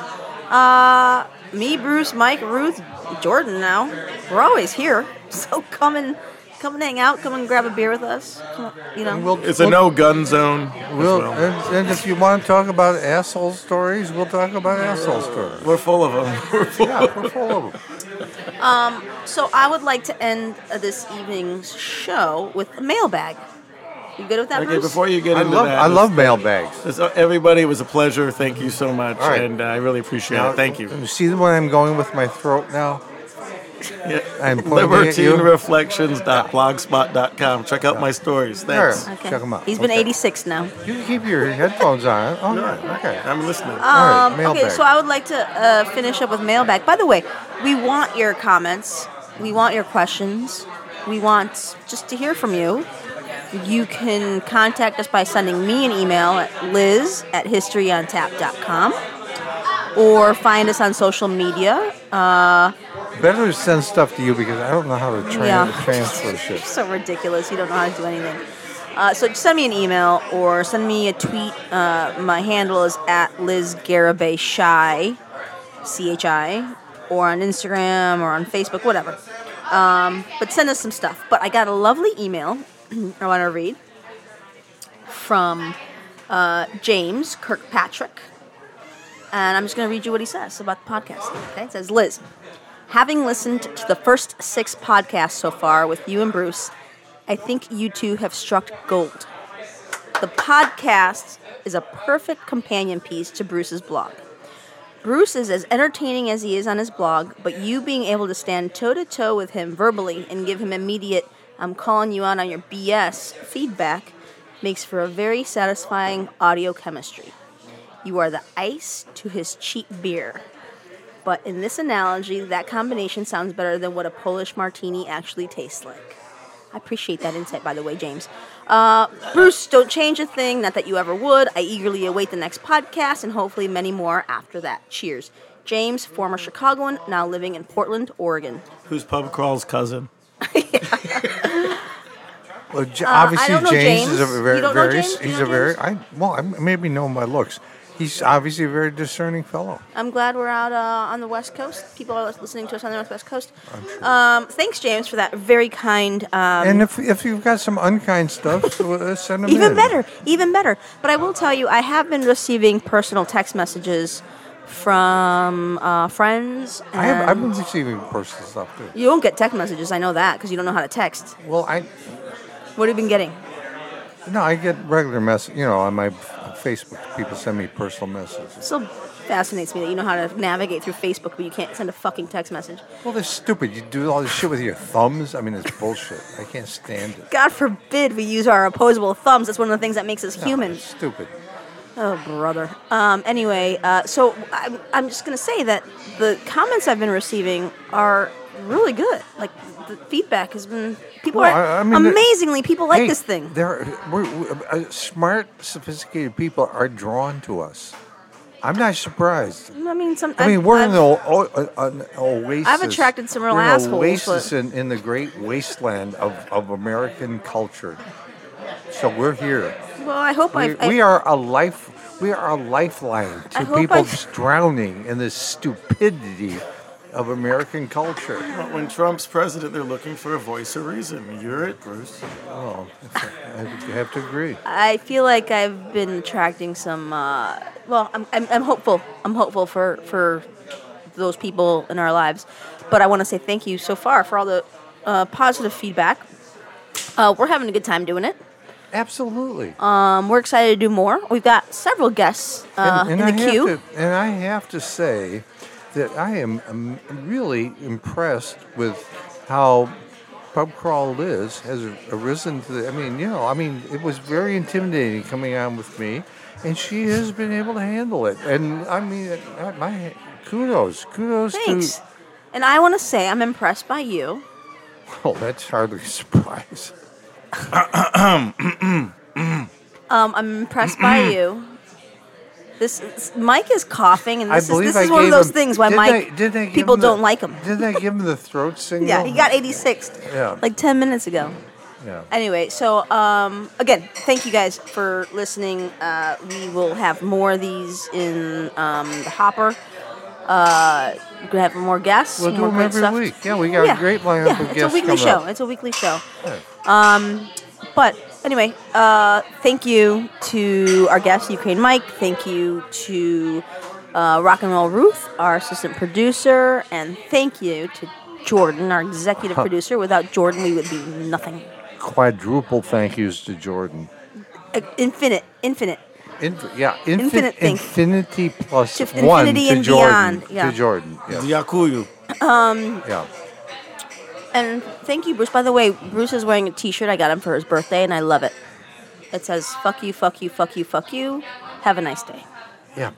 uh, me, Bruce, Mike, Ruth, Jordan. Now we're always here, so come and come and hang out. Come and grab a beer with us. Come, you know, it's a no gun zone. as We'll, uh, well. and, and if you want to talk about asshole stories, we'll talk about asshole stories. We're full of them. We're full. Yeah, we're full of them. So I would like to end uh, this evening's show with a mailbag. You good with that, Okay, Bruce? before you get I into love, that, I this- love mailbags. this- uh, everybody, it was a pleasure. Thank you so much, All right. and uh, I really appreciate it. Thank you. See where I'm going with my throat now? Yeah. I'm pointing at you. LibertineReflections.blogspot.com. Check out my stories. Thanks. Sure. okay. Check 'em out. He's been Okay. 86 now. You can keep your headphones on. Oh, All yeah, right, okay. I'm listening. right, Um, okay, mailbag. so I would like to uh, finish up with mailbag. By the way, we want your comments. We want your questions. We want just to hear from you. You can contact us by sending me an email at liz at historyontap.com or find us on social media. Uh, Better send stuff to you because I don't know how to tran- Yeah. transfer shit. so ridiculous. You don't know how to do anything. Uh, so just send me an email or send me a tweet. Uh, my handle is at Liz Garibay Shy, C H I, or on Instagram or on Facebook, whatever. Um, but send us some stuff. But I got a lovely email I want to read from uh, James Kirkpatrick. And I'm just going to read you what he says about the podcast. Okay, it says Liz. Having listened to the first six podcasts so far with you and Bruce, I think you two have struck gold. The podcast is a perfect companion piece to Bruce's blog. Bruce is as entertaining as he is on his blog, but you being able to stand toe to toe with him verbally and give him immediate, I'm calling you out on your BS feedback makes for a very satisfying audio chemistry. You are the ice to his cheap beer. But in this analogy, that combination sounds better than what a Polish martini actually tastes like. I appreciate that insight, by the way, James. Uh, Bruce, don't change a thing. Not that you ever would. I eagerly await the next podcast and hopefully many more after that. Cheers. James, former Chicagoan, now living in Portland, Oregon. Who's Pub Crawl's cousin? Well, J- Uh, I obviously, don't know James, is a James. very, You don't know very, James? Do you he's know a very. I, well, I maybe know him by looks. He's obviously a very discerning fellow. I'm glad we're out uh, on the West Coast. People are listening to us on the Northwest Coast. Um, thanks, James, for that very kind um, And if if you've got some unkind stuff, so, uh, send him Even in. better, even better. But I will tell you, I have been receiving personal text messages from uh, friends. And I have, I've been receiving personal stuff too. you don't get text messages. I know that because you don't know how to text. Well, I What have you been getting? no, I get regular mess. You know, on my Facebook, people send me personal messages. Still fascinates me that you know how to navigate through Facebook, but you can't send a fucking text message. Well, they're stupid. You do all this shit with your thumbs. I mean, it's bullshit. I can't stand it. God forbid we use our opposable thumbs. That's one of the things that makes us No, human. it's stupid. Oh, brother. Um, anyway, uh, so I'm, I'm just going to say that the comments I've been receiving are really good. Like, the feedback has been. People Well, are. I- I mean, the- amazingly, people like Hey, this thing. There, we're, we uh, smart, sophisticated people are drawn to us. I'm not surprised. I mean, some. I mean, we're I've, in the o- o- an oasis. I've attracted some real we're an assholes, Oasis but- in, in the great wasteland of, of American culture. So we're here. Well, I hope We, I've, I. we are a life. We are a lifeline I to hope people I've- drowning in this stupidity of American culture. But when Trump's president, they're looking for a voice or reason. You're it, Bruce. Oh, I have to agree. I feel like I've been attracting some. Uh, well, I'm, I'm, I'm hopeful. I'm hopeful for for those people in our lives. But I want to say thank you so far for all the uh, positive feedback. Uh, we're having a good time doing it. Absolutely. Um, we're excited to do more. We've got several guests uh, and, and in the I have queue. to- and I have to say that I am um, really impressed with how pub crawl is has arisen to the. I mean, you know, I mean, it was very intimidating coming on with me, and she has been able to handle it. And I mean, I- my kudos, kudos Thanks. to. And I want to say I'm impressed by you. Oh, that's hardly a surprise. Um, I'm impressed by you. This is- Mike is coughing, and I this is, believe this I is one of gave those him- things why didn't Mike I- didn't I give people him the- don't like him. Didn't I give him the throat single? Yeah, he got 86th Yeah. like 10 minutes ago. Yeah. Anyway, so um, again, thank you guys for listening. Uh, we will have more of these in um, the hopper. Uh, we're gonna have more guests. We'll do more them great every stuff. week. Yeah, we got a great lineup yeah, of it's guests a weekly coming show. up. It's a weekly show. Um, but anyway, uh, thank you to our guest, Ukraine Mike. Thank you to uh, Rock and Roll Ruth, our assistant producer, and thank you to Jordan, our executive producer. Without Jordan, we would be nothing. Quadruple thank yous to Jordan. Uh, infinite, infinite. Inf- yeah, infin- Infinite thing. infinity plus To f- one infinity to and Jordan. beyond, yeah. To Jordan. Yeah. Yakuyu. yeah. And thank you, Bruce. By the way, Bruce is wearing a T-shirt I got him for his birthday, and I love it. It says "fuck you, fuck you, fuck you, fuck you." Have a nice day. Yeah.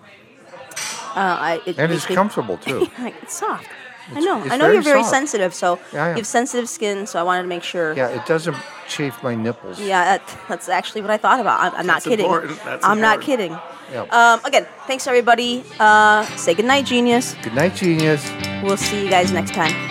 Uh, I, it And makes it's me- comfortable too. it's soft. I know. it's I know very you're very soft. sensitive, so Yeah, I you am. have sensitive skin. So I wanted to make sure. Yeah, it doesn't chafe my nipples. Yeah, that, that's actually what I thought about. I'm, I'm not That's kidding. important. That's I'm not kidding. important. Yeah. Um, again, thanks everybody. Uh, say goodnight, genius. Good night, genius. We'll see you guys next time.